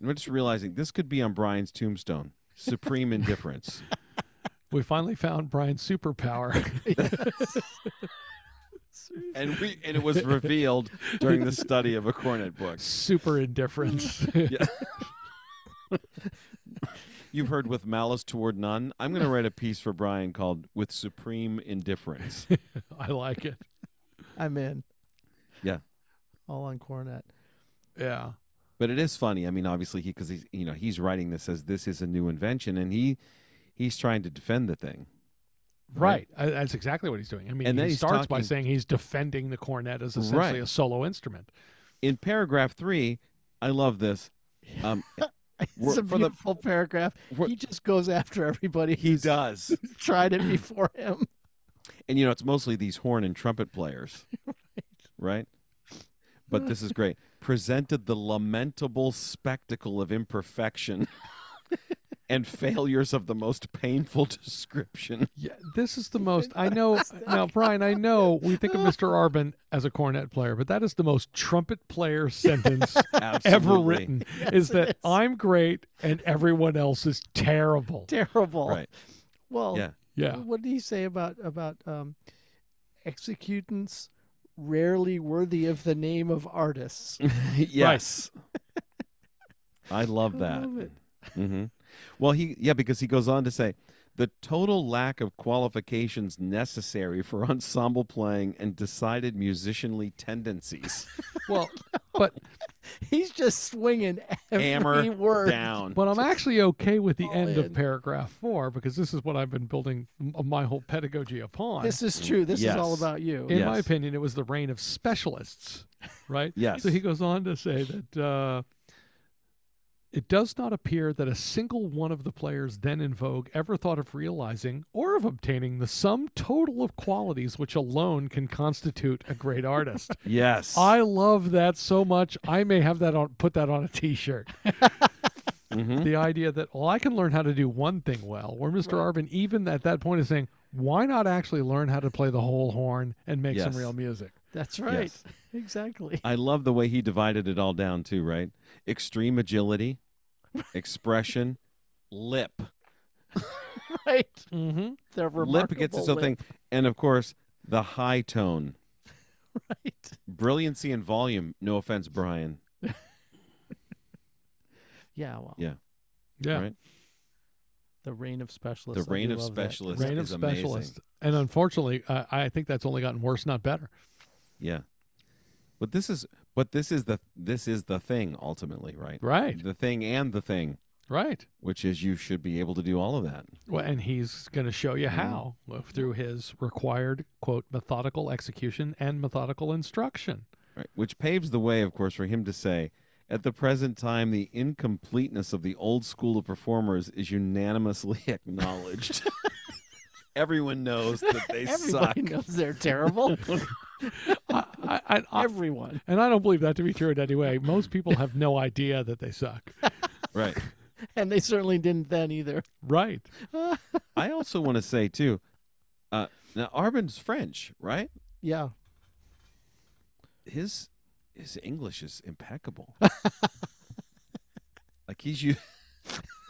And we're just realizing this could be on Brian's tombstone. Supreme indifference. We finally found Brian's superpower. And we and it was revealed during the study of a coronet book. Super indifference. You've heard with malice toward none. I'm going to write a piece for Brian called "With Supreme Indifference." I like it. I'm in. Yeah. All on cornet. Yeah. But it is funny. I mean, obviously, he because he's you know he's writing this as this is a new invention, and he he's trying to defend the thing. Right. I, that's exactly what he's doing. I mean, And then he he's starts by talking- saying he's defending the cornet as essentially Right. a solo instrument. In paragraph three, I love this. Um, We're- It's a for the- beautiful paragraph. we're- He just goes after everybody he does, who's tried it before him. and you know it's mostly these horn and trumpet players, right? But this is great. Presented the lamentable spectacle of imperfection and failures of the most painful description. Yeah, this is the most I know. now, Brian, I know we think of Mr. Arbin as a cornet player, but that is the most trumpet player sentence ever Absolutely. written. is it that is. I'm great and everyone else is terrible? Terrible. Right. Well, Yeah. yeah, what did he say about about um, executants rarely worthy of the name of artists? yes. I love I that. love it. hmm Well, he yeah, because he goes on to say the total lack of qualifications necessary for ensemble playing and decided musicianly tendencies. well, He's just swinging every Hammer word. down. but I'm actually okay with the All end in. of paragraph four because this is what I've been building m- my whole pedagogy upon. This is true. This is all Yes. about you. in my Yes. opinion, it was the reign of specialists, right? Yes. So he goes on to say that uh, it does not appear that a single one of the players then in vogue ever thought of realizing or of obtaining the sum total of qualities which alone can constitute a great artist. Yes. I love that so much. I may have that on put that on a t-shirt. Mhm. The idea that well, I can learn how to do one thing well, where Mr. Arbin even at that point is saying, why not actually learn how to play the whole horn and make some Yes. real music? That's right. Yes. Exactly. I love the way he divided it all down too, right? Extreme agility, expression, lip. Right. Mm-hmm. They're Lip gets its remarkable own thing. And of course, the high tone. Right. Brilliancy and volume. No offense, Brian. Yeah. Well, Yeah. Yeah. Right? the reign of The specialists. I reign do of love that. specialists Reign of is amazing. specialists. And unfortunately, I I think that's only gotten worse, not better. Yeah. But this is but this is the this is the thing ultimately, right? Right. The thing and the thing, Right. which is you should be able to do all of that. Well, and he's going to show you Mm-hmm. how well, through his required, quote, methodical execution and methodical instruction. Right. Which paves the way, of course, for him to say, at the present time the incompleteness of the old school of performers is unanimously acknowledged. Everyone knows that they suck. Everybody knows they're terrible. I, I, I, I- Everyone. and I don't believe that to be true in any way. Most people have no idea that they suck. Right. And they certainly didn't then either. Right. I also want to say too, uh now Arbin's French, right? Yeah. his his English is impeccable. like he's you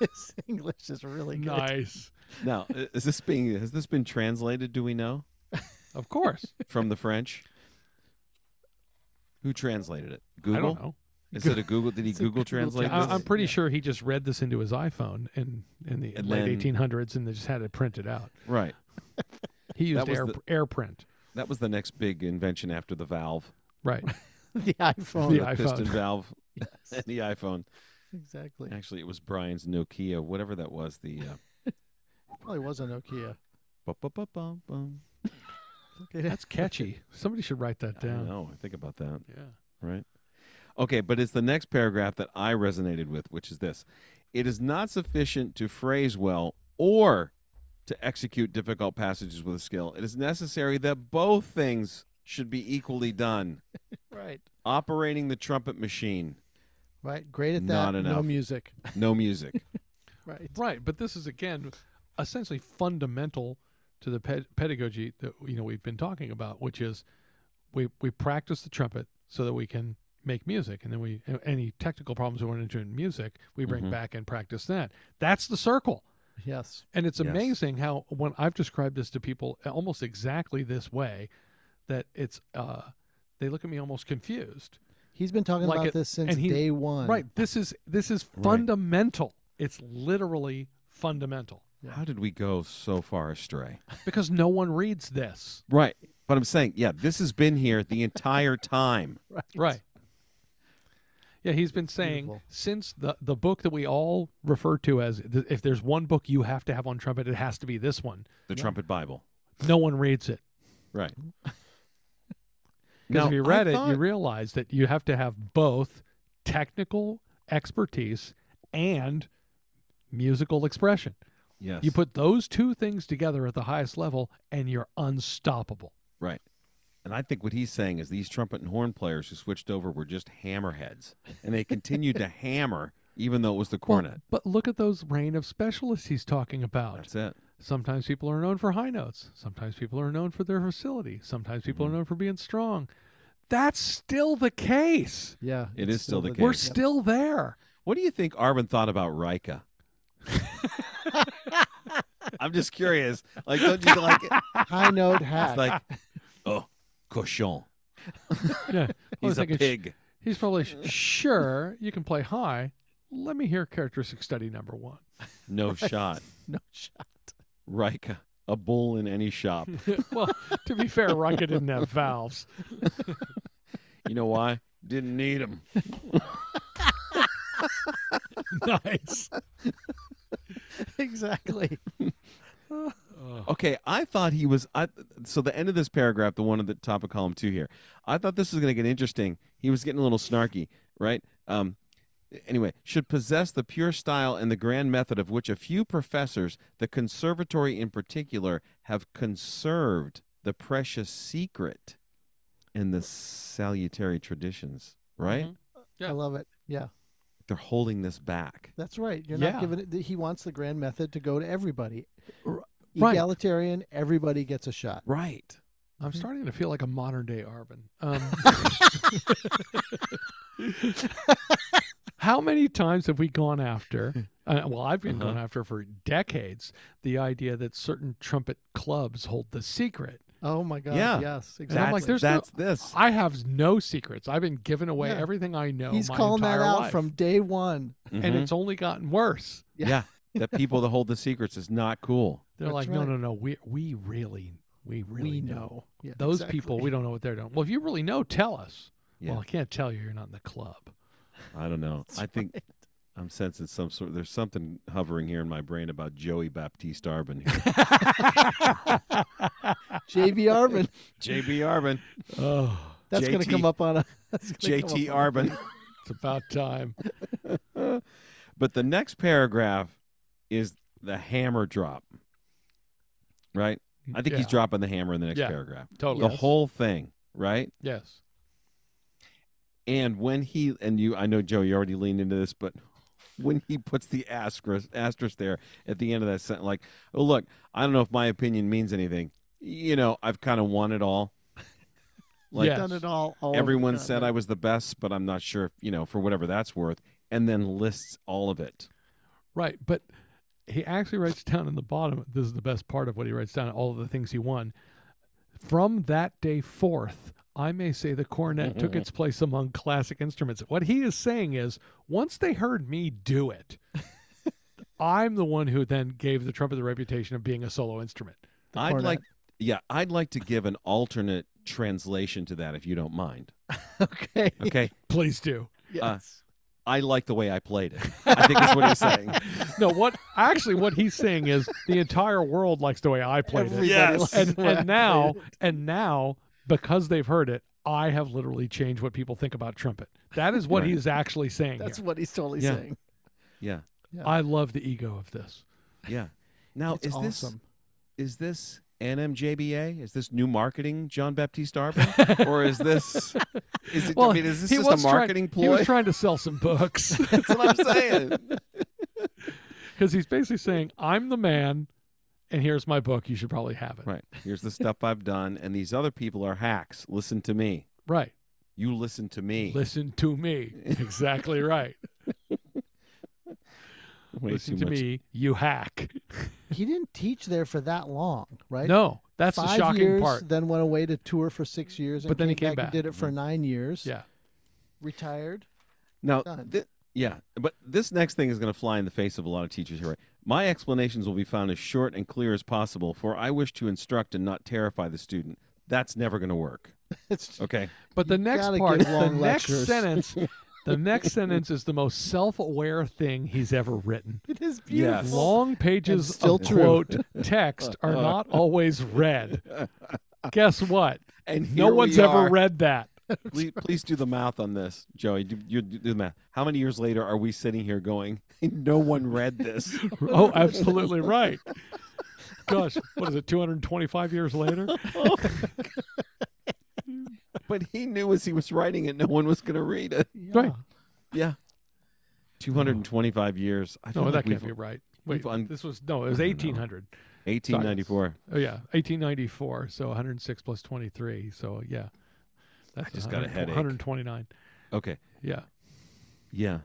His English is really good. Nice. now. i- Is this being has this been translated? Do we know Of course. from the French? Who translated it? I Google? don't know. Is it a Google? Did he It's a Google Google translate I, this? Translate. I'm pretty sure he just read this into his iPhone in in the And then- late 1800s, and they just had it printed out. Right. He used was air the- air print, That was the next big invention after the valve, right? the iPhone. The the iPhone. piston valve, and the iPhone. Exactly. Actually, it was Brian's Nokia, whatever that was. The uh, Probably was a Nokia. bum-bum-bum-bum. That's catchy. Somebody should write that I don't down. know. I think about that. Yeah. right? Okay, but it's the next paragraph that I resonated with, which is this It is not sufficient to phrase well or to execute difficult passages with skill. It is necessary that both things should be equally done. Right. Operating the trumpet machine, Right. Great at Not that. No enough. music. no music. Right. Right, but this is again essentially fundamental to the ped- pedagogy that you know we've been talking about, which is we we practice the trumpet so that we can make music, and then we a- any technical problems we run into in music, we bring Mhm. back and practice that. That's the circle, Yes. and it's Yes. amazing how when I've described this to people uh, almost exactly this way, that it's uh, they look at me almost confused. He's been talking Like about it- this since and he- day one. Right, this is this is Right. fundamental. It's literally fundamental. Yeah. How did we go so far astray? because no one reads this. Right. But I'm saying, yeah, this has been here the entire time. Right. Right. Yeah, he's been saying Beautiful. since the the book that we all refer to as th- if there's one book you have to have on trumpet, it has to be this one. The Yeah. trumpet Bible. No one reads it. Right. Because if you I read it, thought- you realize that you have to have both technical expertise and musical expression. yes. You put those two things together at the highest level, and you're unstoppable. Right. And I think what he's saying is these trumpet and horn players who switched over were just hammerheads. And they continued to hammer even though it was the Well, cornet. but look at those reign of specialists he's talking about. That's it. Sometimes people are known for high notes. Sometimes people are known for their facility. Sometimes people Mhm. are known for being strong. That's still the case. Yeah. It it's is still the We're Yep. still there. What do you think Arvin thought about Rika? I'm just curious. Like, don't you like it? high note It's hack. like, oh, cochon. Yeah. I was He's a thinking, sh- pig. He's probably sh- sure you can play high. Let me hear characteristic study number one. No shot. no shot. Rika, a bull in any shop. well, to be fair, Rocket didn't have valves. You know why? Didn't need him. nice. exactly. Okay, I thought he was. I, so the end of this paragraph, the one at the top of column two here, I thought this was going to get interesting. He was getting a little snarky, right? Um, anyway, should possess the pure style and the grand method of which a few professors, the conservatory in particular, have conserved the precious secret and the salutary traditions. Right? Mhm. Yeah. I love it. Yeah. They're holding this back. That's right. You're Yeah. not giving it. He wants the grand method to go to everybody. R- right. Egalitarian. Everybody gets a shot. Right. Mm-hmm. I'm starting to feel like a modern day Arvin. Um, how many times have we gone after? Uh, well, I've been Uh-huh. going after for decades the idea that certain trumpet clubs hold the secret. Oh my God. Yeah. Yes. Exactly. And I'm like, there's no- that's this. I have no secrets. I've been giving away Yeah. everything I know. He's my calling that entire out life, from Mm-hmm. day one. and Mhm. it's only gotten worse. yeah. that people that hold the secrets is not cool. They're That's like, no, right. no, no. We we really we really We know. know. Yeah, Those exactly. people, we don't know what they're doing. Well, if you really know, tell us. Yeah. Well, I can't tell you. You're not in the club. I don't know. I think I'm sensing some sort. There's something hovering here in my brain about Joey Baptiste Arbin. here. JV Arvin. JB Arbin, oh. That's going to JT. come up on a. that's gonna come JT up on- Arbin. It's about time. But the next paragraph is the hammer drop. Right. I think he's Yeah, dropping the hammer in the next Yeah. Oh, paragraph. totally. The whole thing. Right. yes. And when he and you, I know Joe, you already leaned into this, but when he puts the asterisk, asterisk there at the end of that sentence, like, oh look, I don't know if my opinion means anything. You know, I've kind of won it all. Like Yes. Done it all. Oh, all everyone said I was the best, but I'm not sure, if, you know, for whatever that's worth, and then lists all of it. Right, but he actually writes down in the bottom. This is the best part of what he writes down. All of the things he won. From that day forth, I may say the cornet took its place among classic instruments. What he is saying is, once they heard me do it, I'm the one who then gave the trumpet the reputation of being a solo instrument. I'd cornet. like, yeah, I'd like to give an alternate translation to that if you don't mind. Okay. Okay. Please do. Yes. I like the way I played it. I think that's what he's saying. No, what actually what he's saying is the entire world likes the way I played Everybody it. Yes. likes And, the way I and now played it. and now because they've heard it, I have literally changed what people think about trumpet. That is what Right. he is actually saying. that's here. what he's totally Yeah. saying. Yeah. I love the ego of this. Yeah. Now It's is awesome. this is this NMJBA? Is this new marketing John Baptiste Arbin? or is this is it Well, I mean is this he just a was trying- marketing He ploy? was trying to sell some books that's what I'm saying. because he's basically saying, "I'm the man, and here's my book. You should probably have it." right. Here's the stuff I've done and these other people are hacks. Listen to me. Right. You listen to me. Listen to me. exactly right. Way Listen too to much. me. You hack. He didn't teach there for that long, right? No, that's Five the shocking years, part. Then went away to tour for six years, and But then he came back, back. and did it for Mm-hmm. nine years. Yeah. Retired. Now, Done. thi- yeah, but this next thing is going to fly in the face of a lot of teachers here. Right? My explanations will be found as short and clear as possible, for I wish to instruct and not terrify the student. That's never going to work. It's Okay. But the You next gotta part, give the long next lectures. sentence, the next sentence is the most self-aware thing he's ever written. it is Yes. beautiful. Long pages And still of true. quote text are Uh-huh. not always read. Guess what? And No here one's we ever are. read that. Please, please do the math on this, Joey. Do, you do the math. How many years later are we sitting here going, no one read this? Oh, absolutely right. Gosh, what is it? 225 years later? but he knew as he was writing it, no one was going to read it. Yeah. Right. Yeah. 225 years. I feel No, like that can't be we've- right. Wait, un- this was no, it was 1800. 1894. Oh yeah, 1894. So 106 plus 23. So yeah, that's I just got a 100 headache. 129. Okay. Yeah. Yeah.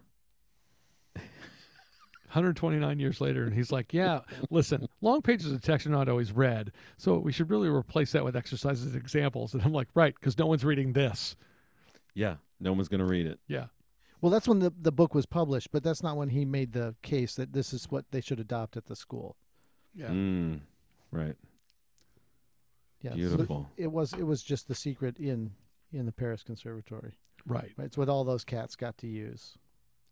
129 years later, and he's like, "Yeah, listen, long pages of text are not always read, so we should really replace that with exercises and examples." And I'm like, "Right, because no one's reading this." Yeah. No one's going to read it. Yeah, Well, that's when the, the book was published, but that's not when he made the case that this is what they should adopt at the school. yeah, Mm. Right. Yeah, so Beautiful. it was it was just the secret in in the Paris Conservatory. right, Right? It's what all those cats got to use.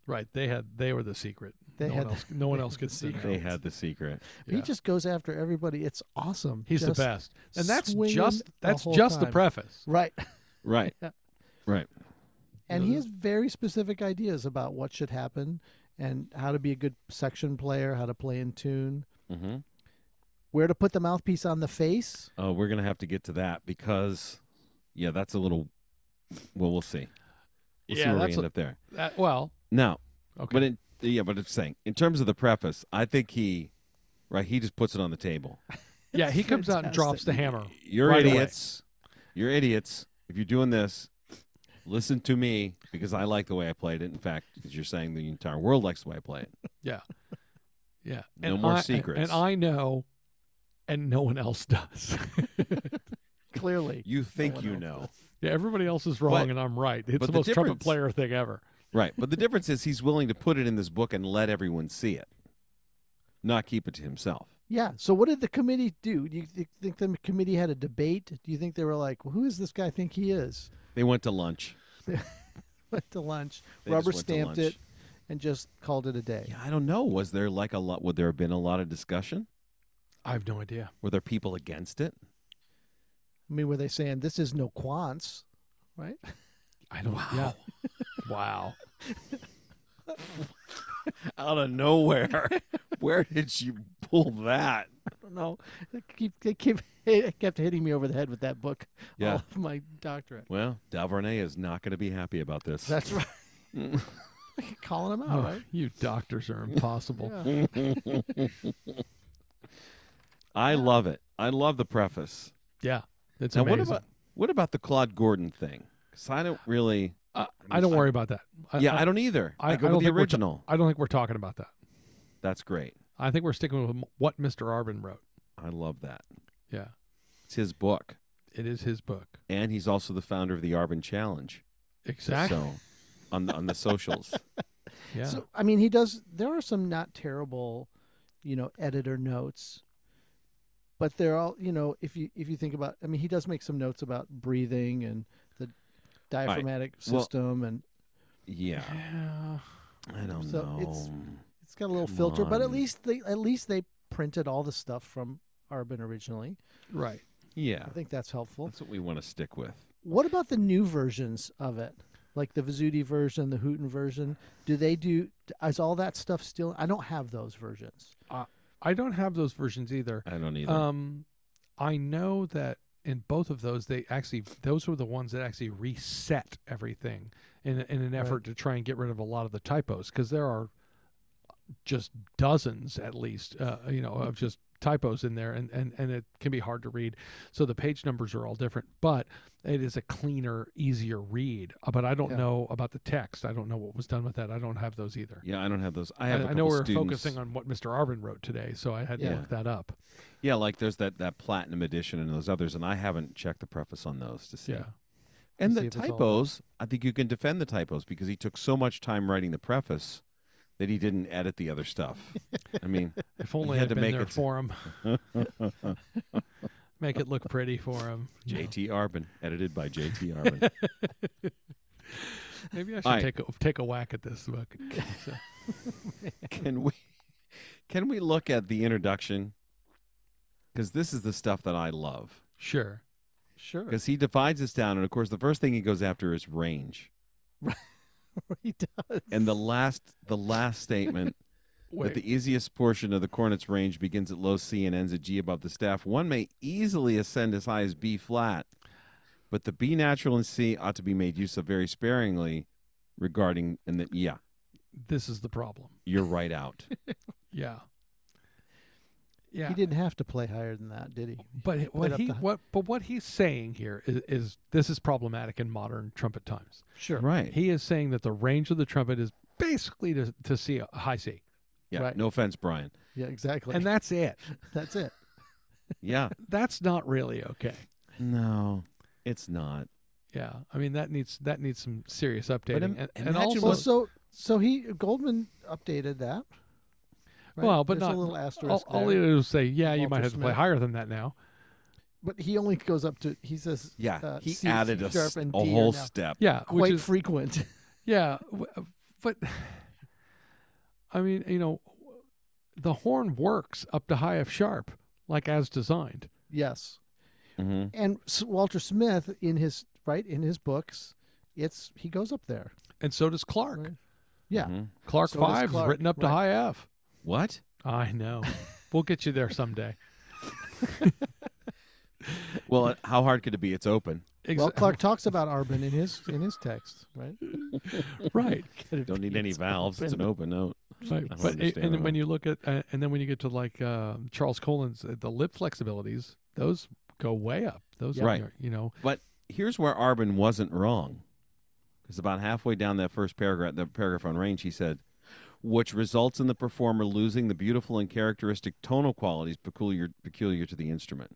right. They had they were the secret. They no had one else. No one they else had the gets secret. secret. They had the secret. He just goes after everybody. It's awesome. he's the Just- best, and that's swinging just the that's whole just the time. preface. Right. Right. Yeah. Right. And he Yeah. has very specific ideas about what should happen and how to be a good section player, how to play in tune, Mm-hmm. hmm where to put the mouthpiece on the face. Oh, we're gonna have to get to that because, yeah, that's a little. Well, we'll see. We'll see Yeah, where we that's end a- up there. That, Uh, well, Now, okay, but in, yeah, but it's saying in terms of the preface, I think he, right, he just puts it on the table. yeah, he comes out and drops the hammer. You're Right away. idiots. You're idiots. If you're doing this, listen to me because I like the way I played it. In fact, as you're saying, the entire world likes the way I play it. Yeah, No more I- secrets. And I know, and no one else does. Clearly. You think one you else know. Yeah, everybody else is wrong But- and I'm right. It's but the the most trumpet difference- player thing ever. Right. But the difference is he's willing to put it in this book and let everyone see it, not keep it to himself. Yeah. So what did the committee do? Do you thi- think the committee had a debate? Do you think they were like, well, who does this guy think he is? They went to lunch. Went to lunch, They just went rubber to stamped lunch. it, and just called it a day. Yeah, I don't know. Was there like a lot? Would there have been a lot of discussion? I have no idea. Were there people against it? I mean, were they saying this is no quants? Right? I don't wow. Yeah. wow. Out of nowhere, where did you pull that? I don't know. They keep they keep it kept hitting me over the head with that book. Yeah. All of my doctorate. Well, Dalvarney is not going to be happy about this. That's right. Mm. Calling him out, Oh, right? You doctors are impossible. Yeah. I love it. I love the preface. yeah. It's now, amazing. what about what about the Claude Gordon thing? Because I don't really. I, I don't worry about that. I, yeah, I, I, don't either. I, I- go I with don't the think we're ta- original. I don't think we're talking about that. That's great. I think we're sticking with m- what Mr. Arbin wrote. I love that. Yeah. It's his book. it is his book. and he's also the founder of the Arbin Challenge. Exactly. So on the, on the socials. yeah. So I mean, he does. There are some not terrible, you know, editor notes, but they're all you know. If you if you think about, I mean, he does make some notes about breathing and the diaphragmatic Well- system, and yeah, yeah. I don't So know. it's- it's got a little Come filter. But at on. least they at least they printed all the stuff from Arbin originally. Right. yeah, I think that's helpful. that's what we want to stick with. What about the new versions of it? Like the Vizzuti version, the Hooten version, do they do? Is all that stuff still? I don't have those versions. I don't have those versions either. I don't either. Um, I know that in both of those, they actually those were the ones that actually reset everything in in an Right. effort to try and get rid of a lot of the typos because there are just dozens at least, uh, you know, of just typos in there, and and and it can be hard to read. So the page numbers are all different, but it is a cleaner, easier read. Uh, But I don't Yeah. know about the text. I don't know what was done with that. I don't have those either. yeah, I don't have those. I I, have. a I know couple we're students. focusing on what Mr. Arbin wrote today, so I had Yeah. to look that up. Yeah, like there's that that platinum edition and those others, and I haven't checked the preface on those to see. Yeah. And To the see if it's all- typos, I think you can defend the typos because he took so much time writing the preface that he didn't edit the other stuff. I mean, If only had I'd to been make there it- for him. make it look pretty for him. J.T. Arbin, edited by J.T. Arbin. Maybe I should All right. take a, take a whack at this book. So- can we can we look at the introduction? Because this is the stuff that I love. sure. Sure, Because he divides us down, and of course, the first thing he goes after is range. he does. And the last the last statement Wait. that the easiest portion of the cornet's range begins at low C and ends at G above the staff. One may easily ascend as high as B flat, but the B natural and C ought to be made use of very sparingly regarding and that yeah, this is the problem. you're right out. Yeah. Yeah. He didn't have to play higher than that, did he? but h- what up he the- what but what he's saying here is, is this is problematic in modern trumpet times. Sure. right. He is saying that the range of the trumpet is basically to to see a high C, Yeah. right. No offense, Brian. Yeah, exactly. and that's it. that's it. Yeah. That's not really okay. no. It's not. Yeah, I mean that needs that needs some serious updating. im- and, and imagine also, Well, what- so so he Goldman updated that. right? Well, but There's not- a little all, asterisk all there. he did was say, "Yeah, you Walter might have to play Smith. higher than that now." but he only goes up to he says Yeah. Uh, he C- added a, sharp s- and a D are whole now- step. Yeah, which quite is frequent. yeah, w- but I mean, you know, the horn works up to high F sharp, like as designed. yes, Mm-hmm. and S- Walter Smith in his right in his books, it's he goes up there. And so does Clark. Right. Yeah. Mm-hmm. Clark So does Five is Clark, written up to right. high F. What? I know. we'll get you there someday. Well, how hard could it be? It's open. Ex- Well, Clark talks about Arbin in his in his text, right? right. Don't need any valves. It's an open note. Right, I don't but it, understand and that. then when you look at uh, and then when you get to like uh, Charles Collins, uh, the lip flexibilities, those go way up. Those Yeah. Right. are, you know, here's where Arbin wasn't wrong. Because about halfway down that first paragraph, the paragraph on range, he said, which results in the performer losing the beautiful and characteristic tonal qualities peculiar peculiar to the instrument.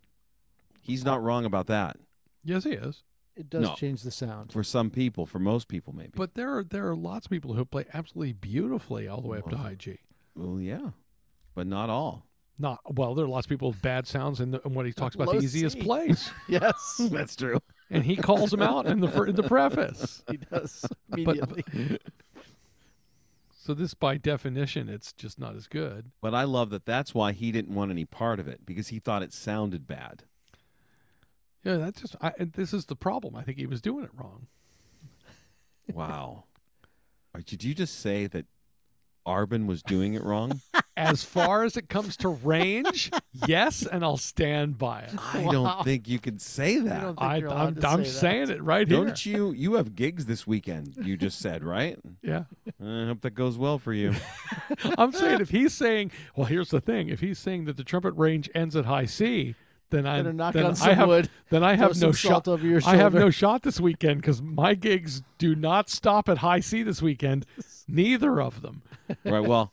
He's not wrong about that. yes, he is. It does No. change the sound. For some people, for most people, maybe. But there are there are lots of people who play absolutely beautifully all the way up to Well- high G. well, yeah, but not all. Not well. There are lots of people with bad sounds in, the, in what he talks about Low the easiest C. plays, Yes, That's true. and he calls them out in the fir- in the preface. he does immediately. So this, by definition, it's just not as good. But I love that. That's why he didn't want any part of it because he thought it sounded bad. Yeah, that's just I, and this is the problem. I think he was doing it wrong. Wow. Or Did you just say that Arbin was doing it wrong? As far as it comes to range, yes, and I'll stand by it. I Wow. don't think you can say that. don't think I, you're I'm, allowed to I'm say that. saying it right here. Don't you? You have gigs this weekend. You just said, right? Yeah, I hope that goes well for you. I'm saying if he's saying, well, here's the thing: if he's saying that the trumpet range ends at high C, then I Better then knock on I some have wood. then I have Throw no some salt shot. over your I have shoulder. no shot this weekend because my gigs do not stop at high C this weekend. Neither of them. right. Well,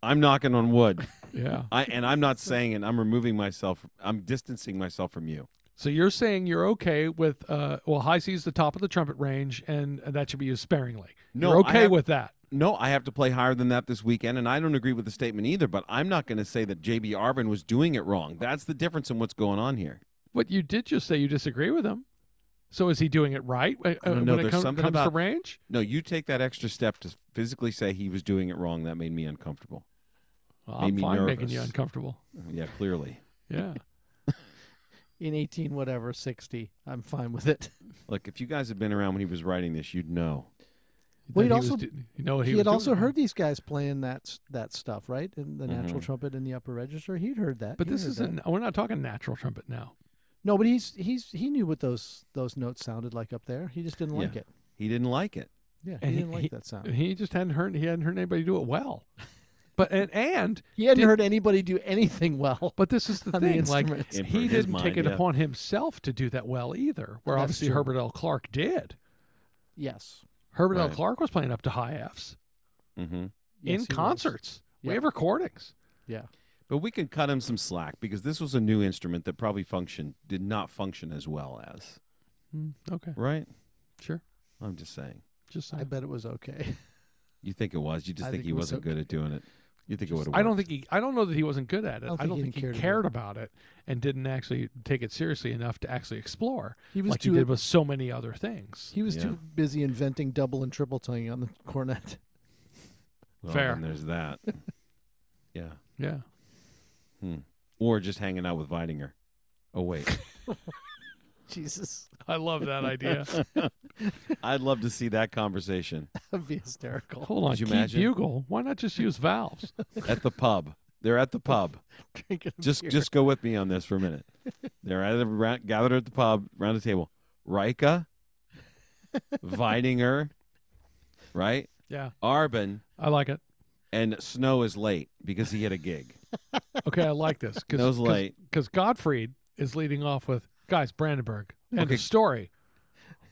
I'm knocking on wood. Yeah. I and I'm not saying it. I'm removing myself. I'm distancing myself from you. So you're saying you're okay with uh, well, high C is the top of the trumpet range, and that should be used sparingly. No, you're I okay have- with that. No, I have to play higher than that this weekend, and I don't agree with the statement either. But I'm not going to say that J.B. Arvin was doing it wrong. That's the difference in what's going on here. But you did just say you disagree with him. So is he doing it right uh, I don't uh, know. when There's it comes, something comes to about- range? No, you take that extra step to physically say he was doing it wrong. That made me uncomfortable. Well, Made I'm me fine making you nervous. uncomfortable. Yeah, clearly. Yeah. in 18 whatever 60 i'm fine with it Look, if you guys had been around when he was writing this, you'd know. Well, That he'd he was also- do- you know what he, he, was had doing also wrong. heard these guys playing that s- that stuff right and the natural Mhm. trumpet in the upper register he'd heard that Mm-hmm. But He'd this heard that. isn't. We're not talking natural trumpet now. no but he's he's he knew what those those notes sounded like up there he just didn't Yeah. like it He didn't like it. yeah he And he- didn't like he- that sound He just hadn't heard. He hadn't heard anybody do it well. But and and he hadn't did- heard anybody do anything well but this is the On the thing. like instrument. In he his didn't take mind, it yeah. upon himself to do that well either. Where That's obviously true. Herbert L. Clark did. yes Herbert L. Right. Clark was playing up to high Fs Mm-hmm. Yes, in he was. concerts. We Yeah. have recordings. yeah But we could cut him some slack because this was a new instrument that probably functioned did not function as well as okay, right. sure. I'm just saying. Just i bet it was okay You think it was? You just I think, think he it was wasn't okay. good at doing it. You think it would have? I don't think he. I don't know that he wasn't good at it. I don't think, he, didn't care cared, to do it. about it and didn't actually take it seriously enough to actually explore, he was like too he did with so many other things. he was Yeah. too busy inventing double and triple tongue on the cornet well, fair. then there's that. yeah. Yeah. Or just hanging out with Weidinger. Oh wait, jesus I love that idea. I'd love to see that conversation that would be hysterical Hold on, Could you Key imagine? Bugle. Why not just use valves? at the pub. They're at the pub. Drinking a Just beer. just go with me on this for a minute. They're at a, ra- gathered at the pub, round the table. Rika, Weidinger, right? yeah, Arbin, I like it. and Snow is late because he had a gig. Okay, I like this Snow's late. because Gottfried is leading off with guys Brandenburg and Okay. the story.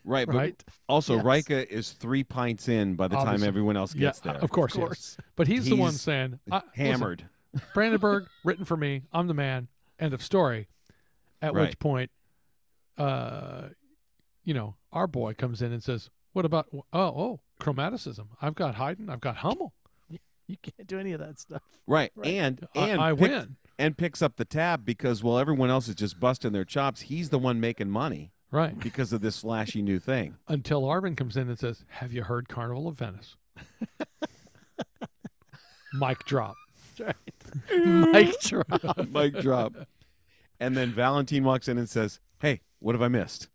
Right, but Right. also Yes. Rika is three pints in by the Obviously. time everyone else Yeah, gets uh, there. of course, of course Yes. But he's, the one He's saying I, listen, Hammered. Brandenburg written for me. I'm the man. End of story. At which Right. point, uh, you know, our boy comes in and says, "What about oh oh chromaticism? I've got Haydn. I've got Hummel. You can't do any of that stuff. right. Right. And I- and I pick- win." and picks up the tab because while everyone else is just busting their chops, he's the one making money Right. because of this flashy new thing. Until Arvin comes in and says, Have you heard Carnival of Venice? Mic drop. Mic drop. Mic drop. And then Valentine walks in and says, "Hey, what have I missed?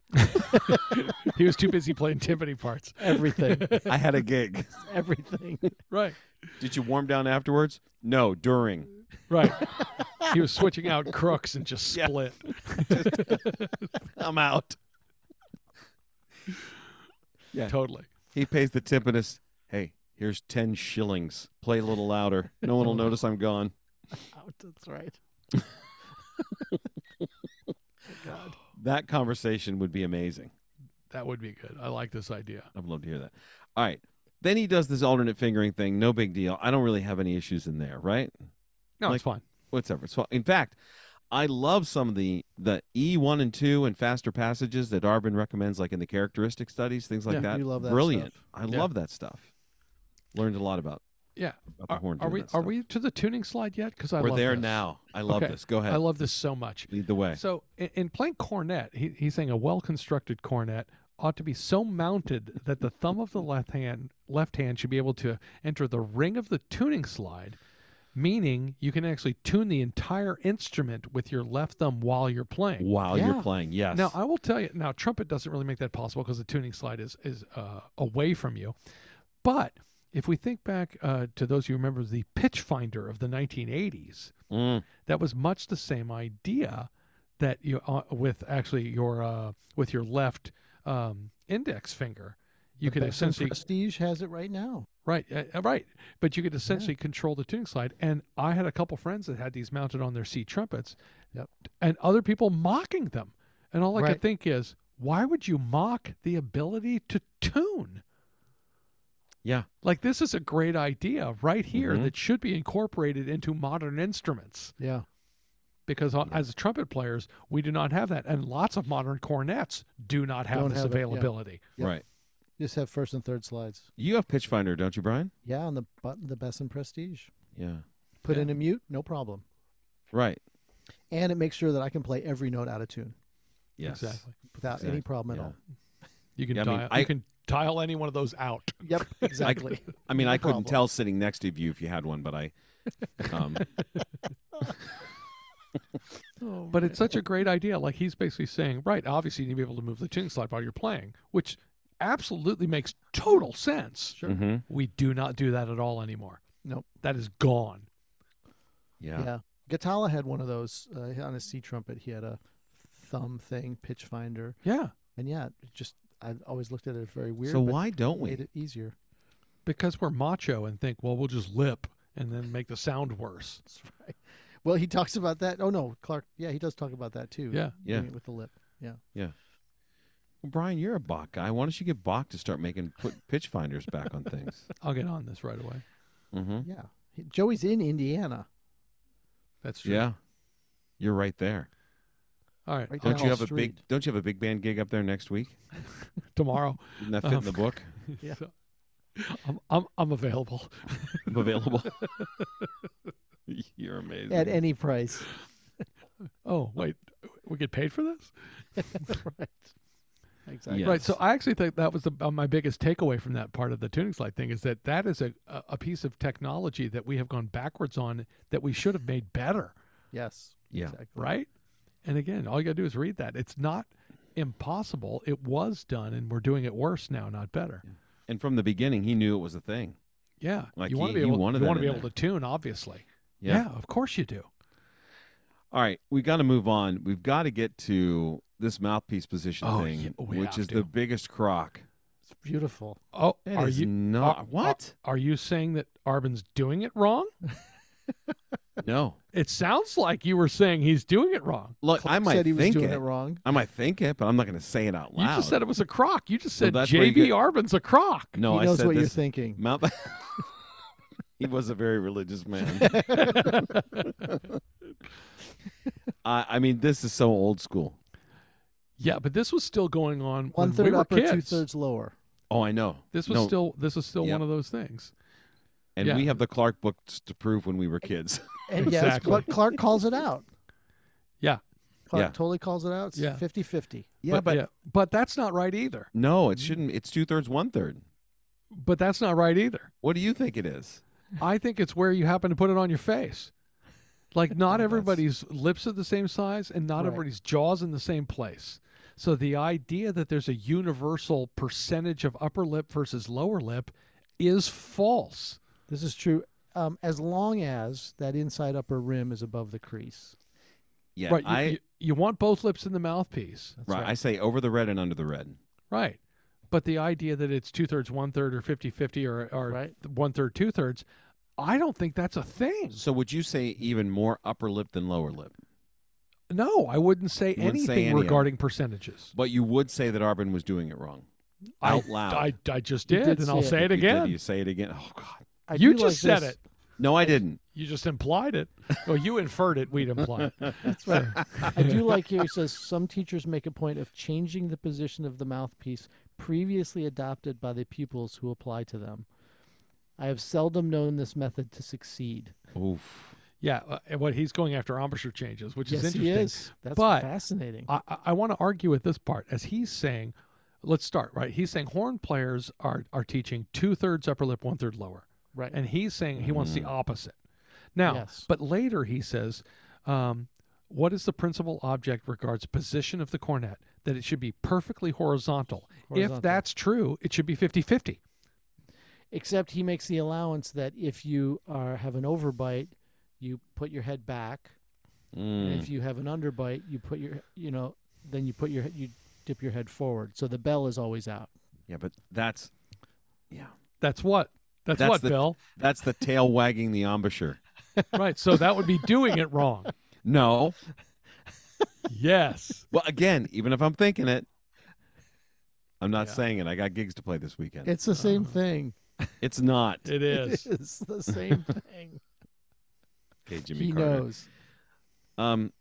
He was too busy playing timpani parts. Everything. I had a gig. Everything. Right. Did you warm down afterwards? No, during. Right. He was switching out crooks and just Yeah. split. I'm out." Yeah. Totally. He pays the timpanist, "Hey, here's ten shillings. Play a little louder. No one will notice I'm gone." Out. Oh, That's right. That conversation would be amazing. That would be good. I like this idea. I'd love to hear that. All right. Then he does this alternate fingering thing. No big deal. I don't really have any issues in there, right? No, Like- it's fine. Whatever. It's fine. In fact, I love some of the the E one and two and faster passages that Arbin recommends, like in the characteristic studies, things like Yeah, that. you love that Brilliant. stuff. I Yeah. love that stuff. Learned a lot about Yeah. about the Are, horn. are doing we that are stuff. we to the tuning slide yet? Because I We're love there this. now. I love Okay. this. Go ahead. I love this so much. Lead the way. So, in, in playing cornet, he, he's saying a well-constructed cornet ought to be so mounted that the thumb of the left hand left hand should be able to enter the ring of the tuning slide, meaning you can actually tune the entire instrument with your left thumb while you're playing. While Yeah. you're playing, yes. Now, I will tell you. Now, trumpet doesn't really make that possible because the tuning slide is is uh, away from you. But if we think back uh, to those who remember the pitch finder of the 1980s, Mm. that was much the same idea that you uh, with actually your uh, with your left um, index finger you The could Beckman essentially Prestige has it right now. right uh, uh, right but you could essentially control the tuning slide and i had a couple friends that had these mounted on their c trumpets Yep. and other people mocking them and all i Right. could think is why would you mock the ability to tune Yeah. like this is a great idea right here Mm-hmm. Mhm. that should be incorporated into modern instruments Yeah. because uh, as trumpet players, we do not have that, and lots of modern cornets do not have Don't this have it, yeah. availability. Yep. Right. Just have first and third slides. You have Pitch Finder, don't you, Brian? Yeah, on the button, the best in prestige. Yeah. Put Yeah. in a mute, no problem. Right. And it makes sure that I can play every note out of tune Yes. Exactly. without any Exact- problem at yeah. all. You can Yeah, I mean, dial, I- you can dial any one of those out. Yep, exactly. I mean, No I couldn't problem. tell sitting next to you if you had one, but I. Um, Oh, But it's such a great idea. Like he's basically saying, right, obviously you need to be able to move the tune slide while you're playing, which absolutely makes total sense. Sure. mhm. We do not do that at all anymore. Nope. That is gone. Yeah. yeah. Gatala had one of those uh, on his C trumpet. He had a thumb thing, pitch finder, Yeah. and yeah, it just I always looked at it as very weird. so but why don't it made we? it easier? Because we're macho and think, well, we'll just lip and then make the sound worse. That's right. Well, he talks about that. Oh no, Clark. Yeah, he does talk about that too. Yeah. Yeah. doing it with the lip. Well, Brian, you're a Bach guy. Why don't you get Bach to start making put pitch finders back on things? I'll get on this right away. Mm-hmm. Yeah, He- Joey's in Indiana. That's true. Yeah, you're right there. All right. Right Don't down you the have a big street. Don't you have a big band gig up there next week? Tomorrow. Didn't that fit in Um, the book? Yeah. So, I'm, I'm, I'm available. I'm available. you're amazing. at any price? Oh, wait. We get paid for this? right. Exactly. Yeah. Right. So Yes. I actually think that was the, uh, my biggest takeaway from that part of the tuning slide thing is that that is a, a a piece of technology that we have gone backwards on that we should have made better. Yes. Yeah. Exactly. Right. And again, all you got to do is read that. It's not impossible. It was done and we're doing it worse now, not better. and from the beginning, he knew it was a thing. Yeah. Like you want he- to be he able, wanted you that want to be in able to tune, obviously. Yeah. Of course you do. All right, we got to move on. We've got to get to this mouthpiece position Oh, thing, yeah, we which have is to. the biggest crock. It's beautiful. Oh, It are is you not are- what? Are, you saying that Arbin's doing it wrong? no. It sounds like you were saying he's doing it wrong. Look, I Clark might said he was think doing it. it wrong. I might think it, but I'm not going to say it out You loud. just said it was a crock. You just So said that's where you JB get- Arbin's a crock. no, he I knows said what you're this. thinking. Mouth. he was a very religious man. I, I mean, this is so old school. Yeah, but this was still going on One when we third were upper, kids. two thirds lower. Oh, I know. This was No, still this was still Yep. one of those things. and yeah. we have the Clark books to prove when we were kids. And yes, Exactly. but Clark calls it out. Yeah. Clark Yeah. totally calls it out. It's Yeah. 50 50. yeah, but, but that's not right either. no, it shouldn't. It's two thirds, one third. But that's not right either. What do you think it is? I think it's where you happen to put it on your face. Like not that's- everybody's lips are the same size and not Right. everybody's jaws in the same place. So the idea that there's a universal percentage of upper lip versus lower lip is false. This is true. Um, as long as that inside upper rim is above the crease. Yeah, right. You, I you, you want both lips in the mouthpiece. That's right, I say over the red and under the red. Right. But the idea that it's two thirds, one third, or 50 50 or, or Right. one third, two thirds, I don't think that's a thing. So would you say even more upper lip than lower lip? No, I wouldn't say You wouldn't anything say any of it. regarding percentages. But you would say that Arbin was doing it wrong I- out loud. I, I just You did, did and say I'll it. say You it did, again. You say it again. Oh God. I You do just like said this. it. No, I didn't. You just implied it. Well, you inferred it. We'd imply it. That's right. I do like here. He says some teachers make a point of changing the position of the mouthpiece previously adopted by the pupils who apply to them. I have seldom known this method to succeed. Oof. Yeah. uh, and what he's going after embouchure changes, which yes, is he interesting. is. That's but- fascinating. I, I- I want to argue with this part as he's saying, let's start, right? He's saying horn players are, are teaching two thirds upper lip, one third lower. right. and he's saying he wants the opposite. Now, Yes. but later he says, um, "What is the principal object regards position of the cornet? That it should be perfectly horizontal. Horizontal. If that's true, it should be 50-50. Except he makes the allowance that if you are have an overbite, you put your head back. And Mm. if you have an underbite, you put your you know then you put your you dip your head forward. So the bell is always out. Yeah, but that's yeah. That's what. That's, That's what, the- Bill. That's the tail wagging the embouchure. right. So that would be doing it wrong. No. Yes. Well, again, even if I'm thinking it, I'm not Yeah. saying it. I got gigs to play this weekend. It's the same thing. it's not. It is. It is the same thing. Okay, Jimmy he Carter. knows. Um,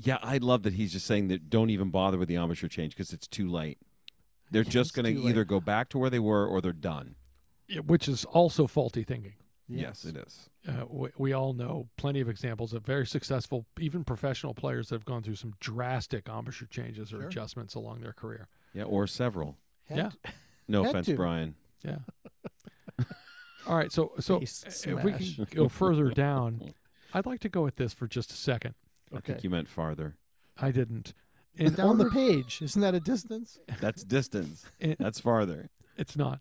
Yeah, I love that he's just saying that don't even bother with the embouchure change because it's too late. They're Yeah, just it's going to too late. either go back to where they were or they're done. Yeah, which is also faulty thinking. Yes, it is. Uh, we, we all know plenty of examples of very successful, even professional players that have gone through some drastic embouchure changes or Sure. adjustments along their career. Yeah, or several. Had Yeah. to- No Had offense, to. Brian. Yeah. all right. So, so Face uh, if we can smash. go further down, I'd like to go at this for just a second. I think Okay. you meant farther. I didn't. In down order, the page. Isn't that a distance? That's distance. in- That's farther. It's not.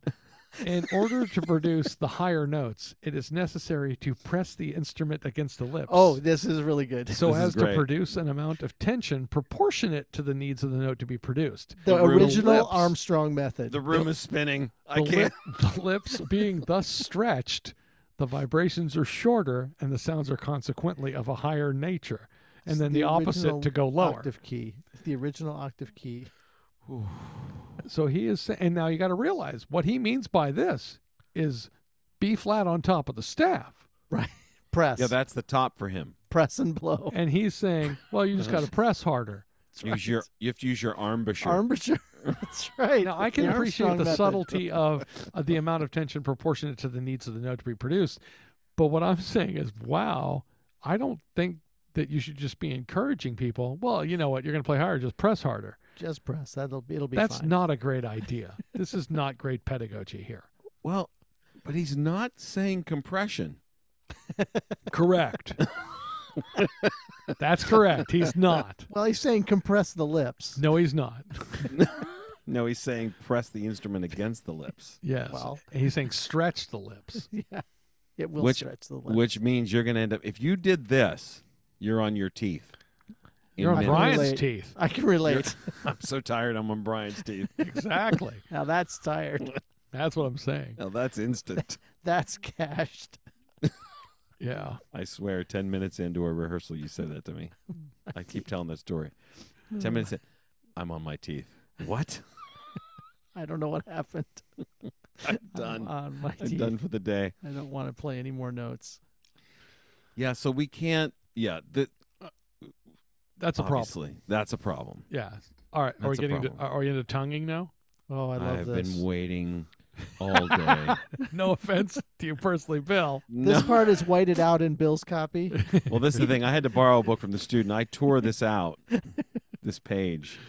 In order to produce the higher notes, it is necessary to press the instrument against the lips. Oh, this is really good. so this is as to great. produce an amount of tension proportionate to the needs of the note to be produced. The, The room- original lips. Armstrong method. The room is spinning. I The, can't. lip- the lips being thus stretched, the vibrations are shorter and the sounds are consequently of a higher nature. And It's then the, opposite original to go lower. Octave key. It's the original octave key. So he is, sa- and now you got to realize what he means by this is B flat on top of the staff. Press. Yeah, that's the top for him. press and blow. And he's saying, well, you just got to press harder. Use your. You have to use your embouchure. Armature. That's right. Now, I It's can the appreciate Armstrong the method. subtlety of, of the amount of tension proportionate to the needs of the note to be produced. But what I'm saying is, wow, I don't think that you should just be encouraging people. Well, you know what? You're going to play harder, just press harder. Just press. That'll be. It'll be That's fine. not a great idea. this is not great pedagogy here. Well, but he's not saying compression. Correct. That's correct. He's not. Well, he's saying compress the lips. No, he's not. No, he's saying press the instrument against the lips, Yes. Well. he's saying stretch the lips. Yeah. It will Which- stretch the lips. which means you're going to end up. If you did this, you're on your teeth. In You're on minutes. Brian's relate. teeth. I can relate. I'm so tired. I'm on Brian's teeth. Exactly. now that's tired. That's what I'm saying. Now that's instant. That's cashed. Yeah. I swear, 10 minutes into a rehearsal, you said that to me. I keep telling that story. Hmm. 10 minutes in, I'm on my teeth. What? I don't know what happened. I'm I'm done. on my I'm teeth. done for the day. I don't want to play any more notes. Yeah, so we can't. Yeah, the, That's a problem. obviously, that's a problem. Yeah. All right. Are we That's a getting to, problem. are we into tonguing now? Oh, I love have this. been waiting all day. No offense to you personally, Bill. This part is whited out in Bill's copy. Well, this is the thing. I had to borrow a book from the student. I tore this out, this page.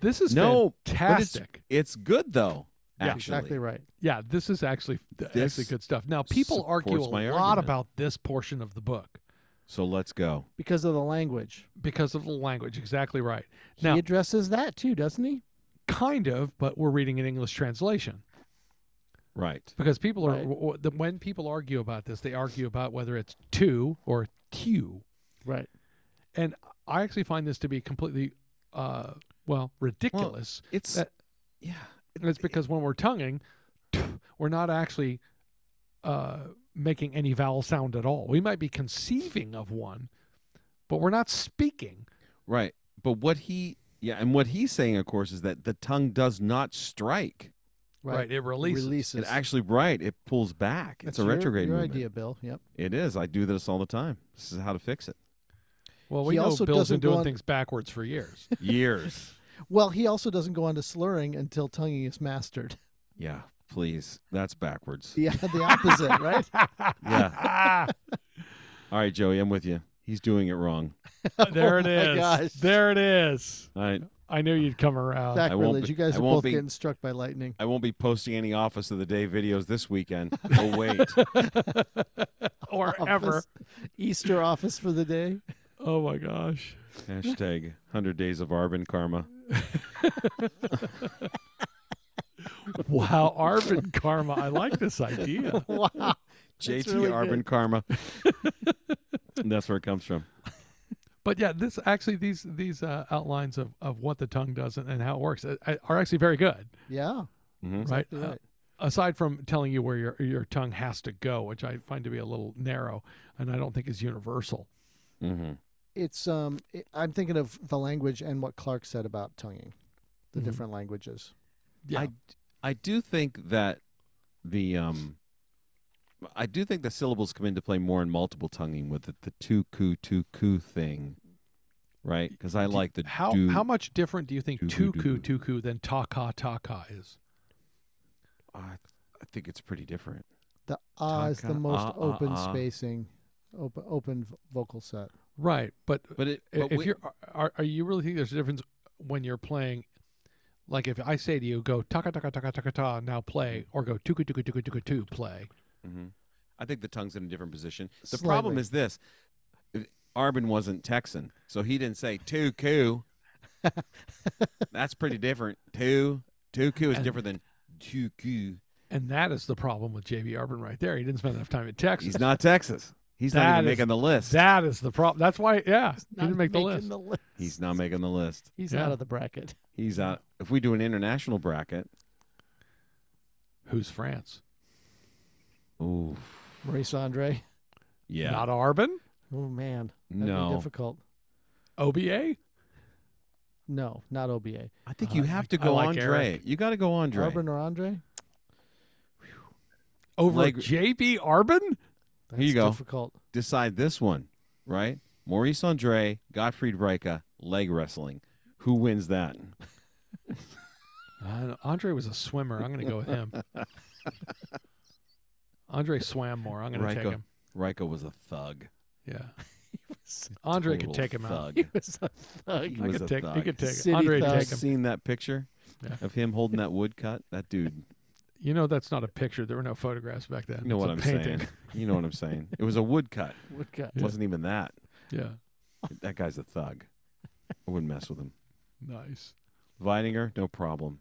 This is No, fantastic. It's good though. Yeah, Actually, Exactly right. Yeah, this is actually This actually good stuff. Now, people argue a supports lot my argument. about this portion of the book So let's go. Because of the language. because of the language. Exactly right. He Now, addresses that too, doesn't he? kind of, but we're reading an English translation. Right. Because people are Right. w- w- the- when people argue about this, they argue about whether it's two or two. Right. And I actually find this to be completely, uh, well, ridiculous. It's That- yeah. And it's because when we're tonguing, we're not actually uh, making any vowel sound at all. We might be conceiving of one, but we're not speaking. Right. But what he yeah, and what he's saying, of course, is that the tongue does not strike. Right. It releases. Releases. It actually right. It pulls back. That's it's a your- retrograde your, movement. idea, Bill. Yep. It is. I do this all the time. This is how to fix it. Well, we He know also Bill's been doesn't go doing on- things backwards for years. Years. Well, he also doesn't go on to slurring until tonguing is mastered. yeah. Please. That's backwards. Yeah, the opposite, right? Yeah. all right, Joey. I'm with you. He's doing it wrong. there it Oh my is. gosh. There it is. All right. I knew you'd come around. Sacrilege. be- You guys I are won't both be- getting struck by lightning. I won't be posting any Office of the Day videos this weekend. Oh wait. or ever. Office- Easter office for the day. Oh my gosh. Hashtag 100 Days of Arvin Karma. Wow, Arvin Karma. I like this idea. Wow. That's JT really Arvin good. Karma. That's where it comes from. But yeah, this actually these these uh, outlines of, of what the tongue does and, and how it works uh, are actually very good, Yeah. Mhm. right? Right. Uh, aside from telling you where your your tongue has to go, which I find to be a little narrow and I don't think is universal. Mhm. it's um it, i'm thinking of the language and what clark said about tonguing Mm-hmm. the Mhm. different languages Yeah. I I do think that the um I do think the syllables come into play more in multiple tonguing with the, the two ku two ku thing right? Because I Do- like the how do- how much different do you think doo-doo, tuku tuku than taka taka is? I, I think it's pretty different. The ah is the Taka, most ah, ah, open ah. spacing, open open v- vocal set. Right, but, But it i- but if wi- you're are, are you really think there's a difference when you're playing? Like if I say to you, go taka taka taka taka ta, now play, or go tuku tuku tuku tuku tu, play. Mhm. I think the tongue's in a different position. The Slightly. problem is this: Arbin wasn't Texan, so he didn't say two coup. That's pretty different. Two two coup is And- different than two coup. And that is the problem with J.B. Arbin right there. He didn't spend enough time in Texas. He's not Texas. He's not That even is- making the list. That is the problem. That's why, yeah, he Not didn't make the making list. list. He's not making the list. He's Yeah. out of the bracket. He's out. If we do an international bracket, Who's France? ooh, Maurice Andre. yeah, Not Arbin? Oh man. That'd be no. difficult. OBA? No, not OBA. I think you I have like- to I go like Andre. Eric. You got to go Andre. Urban or Andre? Over Like- J.B. Arbin? That's Here you go. difficult. decide this one, right? Maurice Andre, Gottfried Reicha, leg wrestling. Who wins that? Uh, Andre was a swimmer. I'm going to go with him. Andre swam more. I'm going to take Reichel. him. Reicha was a thug. Yeah. Andre could Total take him out. thug. He was a thug. He I was a could take, he thug. could take City him. Andre would thug. take I've him. seen that picture Yeah. of him holding that wood cut. That dude, You know, that's not a picture. There were no photographs back then. you know It's what a I'm painting. saying. You know what I'm saying. It was a wood cut. Would cut. It wasn't even that. Yeah. That guy's a thug. I wouldn't mess with him. Nice. Weininger, no problem.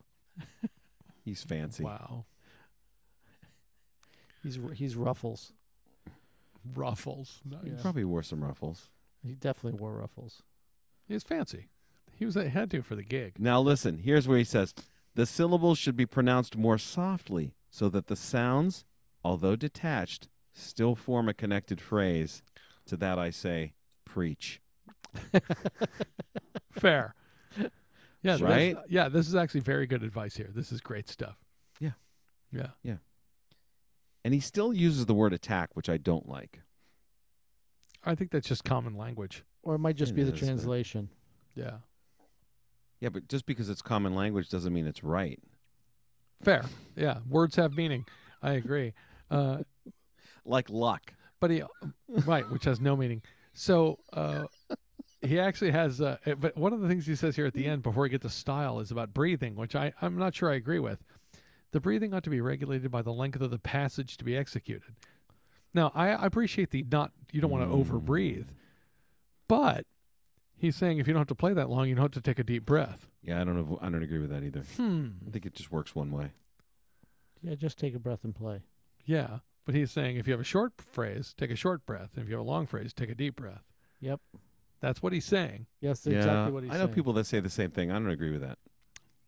He's fancy. Wow. He's r- he's ruffles. Ruffles. Nice. He Yeah. probably wore some ruffles. He definitely wore ruffles. He was fancy. He was had to for the gig. Now listen, here's where he says the syllables should be pronounced more softly so that the sounds, although detached, still form a connected phrase. To that I say, preach. Fair. Yeah, that's- Right? Yeah, this is actually very good advice here. This is great stuff. Yeah. Yeah. And he still uses the word attack, which I don't like. I think that's just common language. Or it might just It be the is, but- translation. Yeah. Yeah, but just because it's common language doesn't mean it's right. Fair. Yeah. Words have meaning. I agree. Uh, Like luck. but he, right, which has no meaning. So uh, he actually has, uh, eh, but one of the things he says here at the end before we get to style is about breathing, which I, I'm not sure I agree with. The breathing ought to be regulated by the length of the passage to be executed. Now, I, I appreciate the not, you don't want to over breathe, but he's saying if you don't have to play that long, you don't have to take a deep breath. Yeah, I don't know. I don't agree with that either. Hmm. I think it just works one way. Yeah, just take a breath and play. Yeah. But he's saying if you have a short phrase, take a short breath. And if you have a long phrase, take a deep breath. Yep. That's what he's saying. Yes, that's yeah, exactly what he's I know saying. people that say the same thing. I don't agree with that.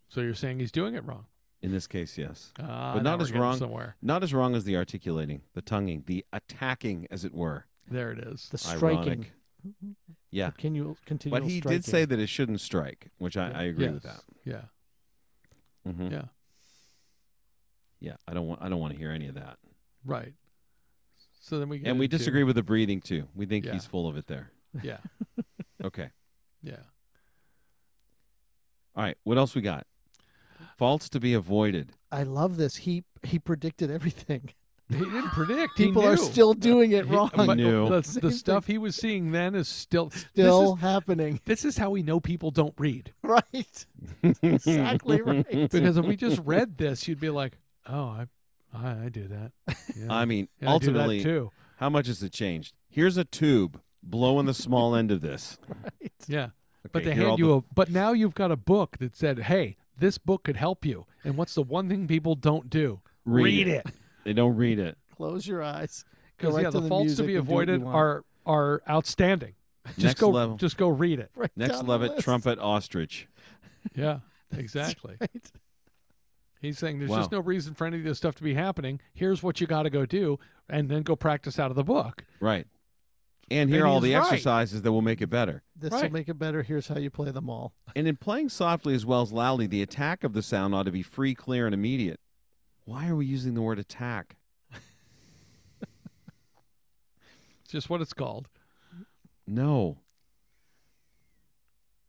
So you're saying he's doing it wrong, In this case, yes. Ah, But now not we're as getting wrong- Somewhere Not as wrong as the articulating, the tonguing, the attacking, as it were. there it is. the striking. Ironic. Yeah. Can you continue? But he did say that it shouldn't strike, which I, Yeah. I agree yes. with that. Yeah, Mhm. Yeah. Yeah, I don't want I don't want to hear any of that. right. So then we get and we into- disagree with the breathing too. We think Yeah. he's full of it there. Yeah, Okay. yeah. All right. What else we got? Faults to be avoided. I love this. He he predicted everything. He didn't predict. he People are knew. still doing it He- wrong. I but knew. The, Same the stuff he was seeing then is still Still This is, happening. this is how we know people don't read Right. exactly right. because if we just read this, you'd be like, "Oh, I, I, I do that." Yeah. I mean, Yeah, I do that ultimately, too. how much has it changed? Here's a tube blowing the small end of this. Yeah, but Okay, they here all hand you the- a. But now you've got a book that said, "Hey, this book could help you." And what's the one thing people don't do? read, it. They don't read it. Close your eyes. Go Because right yeah, to the, faults to music be and do what you avoided want. are are outstanding. Just Next go level. just go read it. Right Next down the level, list. trumpet ostrich. Yeah, exactly. Right. He's saying there's just Wow. no reason for any of this stuff to be happening. Here's what you got to go do, and then go practice out of the book. Right. And here are And all the he's right. exercises that will make it better. This will Right. make it better. Here's how you play them all. And in playing softly as well as loudly, the attack of the sound ought to be free, clear, and immediate. Why are we using the word attack? It's just what it's called. No.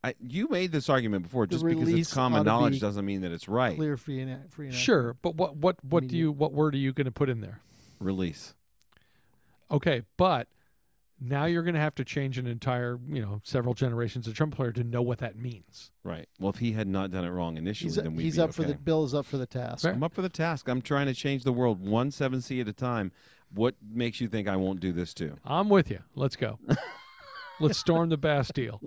I, you made this argument before. The Just because it's release ought common to knowledge be doesn't mean that it's right. Clear, free, and a- free. And accurate. Sure, but what what what do mean, you what word are you going to put in there? Release. Okay, but now you're going to have to change an entire, you know, several generations of Trump player to know what that means. Right. Well, if he had not done it wrong initially, He's, then we'd he's be up for the okay. bill. Is up for the task. Fair. I'm up for the task. I'm trying to change the world one seven C at a time. What makes you think I won't do this too? I'm with you. Let's go. Let's storm the Bastille.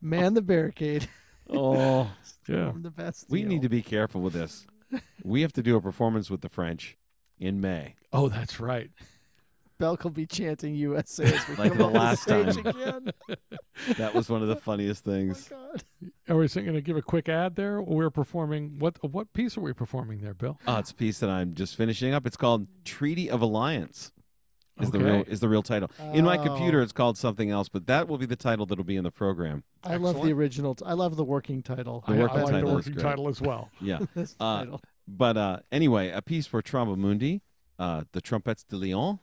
Man the barricade. Oh, Yeah. I'm the best. we need to be careful with this. We have to do a performance with the French in May, Oh, that's right. Belk will be chanting USA as we like come the off last stage time. again. That was one of the funniest Oh my things. God. Are we going to give a quick ad there? We're performing what what piece are we performing there, Bill? Oh, it's a piece that I'm just finishing up. It's called Treaty of Alliance. Is the real Okay. is the real title. In my Oh. computer it's called something else, but that will be the title that'll be in the program. I love the Excellent. original. T- I love the working title. The I, working I like the title is working great. title as well. Yeah. That's the Uh, title. But uh, anyway, a piece for Tromba Mundi, uh, the Trumpets de Lyon,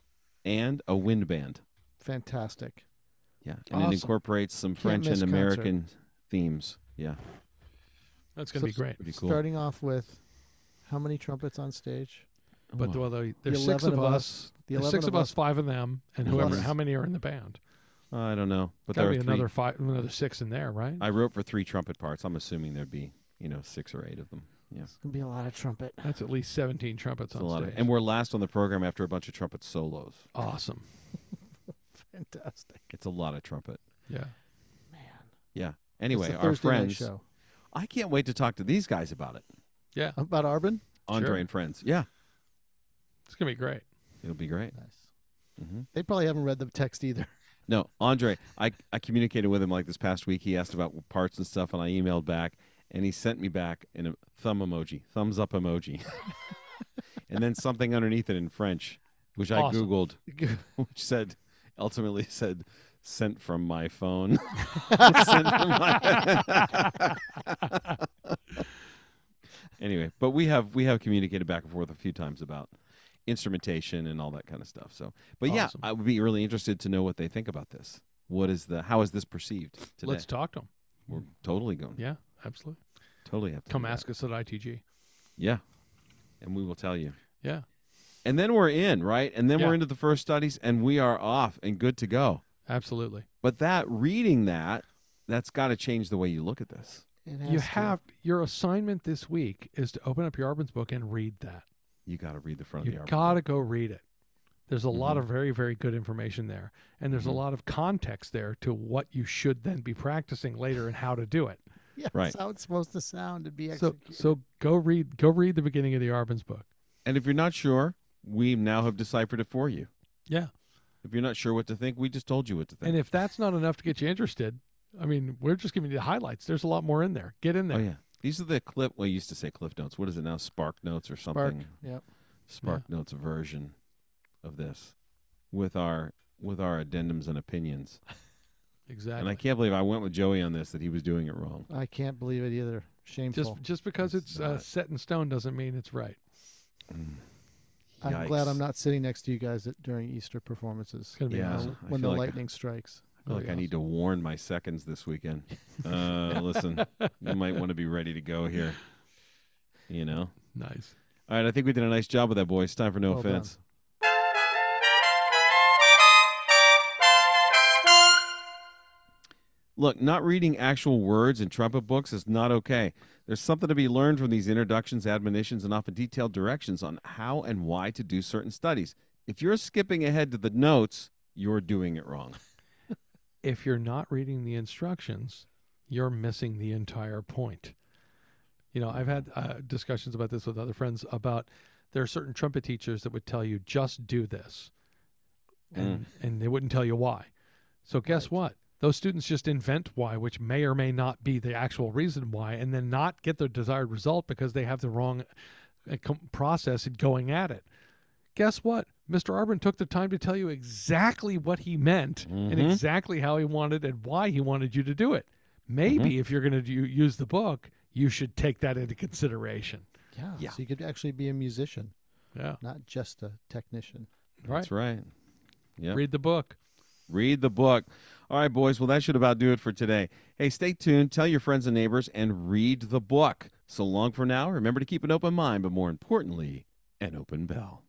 and a wind band. Fantastic. Yeah, and it Awesome. incorporates some French miss and concert. American themes. Yeah, That's going to be So- great. it'd be cool. Starting off with how many trumpets on stage? But well, though, there's The six 11 of of us. The there's six 11 of us, five of them, and whoever. Plus- How many are in the band? I don't know, but Got to there are be three. another five, another six in there, right? I wrote for three trumpet parts. I'm assuming there'd be you know six or eight of them. Yeah, It's gonna be a lot of trumpet. That's at least 17 trumpets it's Uh, a on lot. stage. Of, and we're last on the program after a bunch of trumpet solos. awesome. Fantastic. It's a lot of trumpet. Yeah. Man. It's Anyway, the our Thursday night friends. show. I can't wait to talk to these guys about it, Yeah. about Arbin. Andre Sure. and friends. Yeah, It's going to be great. it'll be great. Nice. hmm They probably haven't read the text either. No, Andre, I, I communicated with him like this past week. He asked about parts and stuff, and I emailed back, and he sent me back in a thumb emoji, thumbs up emoji, and then something underneath it in French, which I Awesome. Googled, which said, ultimately said, sent from my phone. Sent from my- anyway, but we have we have communicated back and forth a few times about instrumentation and all that kind of stuff. So, but yeah, Awesome. I would be really interested to know what they think about this. What is the how is this perceived today? Let's talk to them. We're totally going. Yeah, absolutely. Totally have to Come do that. ask us at ITG. Yeah, and we will tell you. Yeah. And then we're in, right? And then Yeah. we're into the first studies, and we are off and good to go. Absolutely. But that reading that, that's got to change the way you look at this. It you has to. have your assignment this week is to open up your Arbin's book and read that. You got to read the front You of the article. got to go read it. There's a lot Mhm. of very, very good information there. And there's Mhm. a lot of context there to what you should then be practicing later and how to do it. Yeah, Right. That's how it's supposed to sound to be So, executed. so go read, go read the beginning of the Arbin's book. And if you're not sure, we now have deciphered it for you. Yeah. If you're not sure what to think, we just told you what to think. And if that's not enough to get you interested, I mean, we're just giving you the highlights. There's a lot more in there. Get in there. Oh yeah, these are the clip. Well, you used to say cliff notes. What is it now? Spark notes or Spark, something? yep. Spark notes version of this, with our with our addendums and opinions. Exactly. And I can't believe I went with Joey on this that he was doing it wrong. I can't believe it either. just Shameful. just because It's it's, uh, not. set in stone doesn't mean it's right. I'm glad I'm Yikes. not sitting next to you guys at, during Easter performances. It's gonna be Yeah. Uh, awesome. I when the feel like- lightning strikes. I feel like I need to warn my seconds this weekend. Uh, listen, you might want to be ready to go here. You know. Nice. All right, I think we did a nice job with that, boys. Time for no Well done. offense. Look, not reading actual words in trumpet books is not okay. There's something to be learned from these introductions, admonitions, and often detailed directions on how and why to do certain studies. If you're skipping ahead to the notes, you're doing it wrong. If you're not reading the instructions, you're missing the entire point. You know, I've had uh, discussions about this with other friends about there are certain trumpet teachers that would tell you just do this, and and they wouldn't tell you why. So guess Right. what? Those students just invent why, which may or may not be the actual reason why, and then not get the desired result because they have the wrong uh, com- process in going at it. Guess what? Mr. Arbin took the time to tell you exactly what he meant and Mhm. exactly how he wanted and why he wanted you to do it. Maybe if you're going to use the book, you should take that into consideration. Yeah. Yeah. So you could actually be a musician, Yeah. not just a technician. Right. That's right. Yep. Read the book. Read the book. All right, boys. Well, that should about do it for today. Hey, stay tuned, tell your friends and neighbors, and read the book. So long for now. Remember to keep an open mind, but more importantly, an open bell.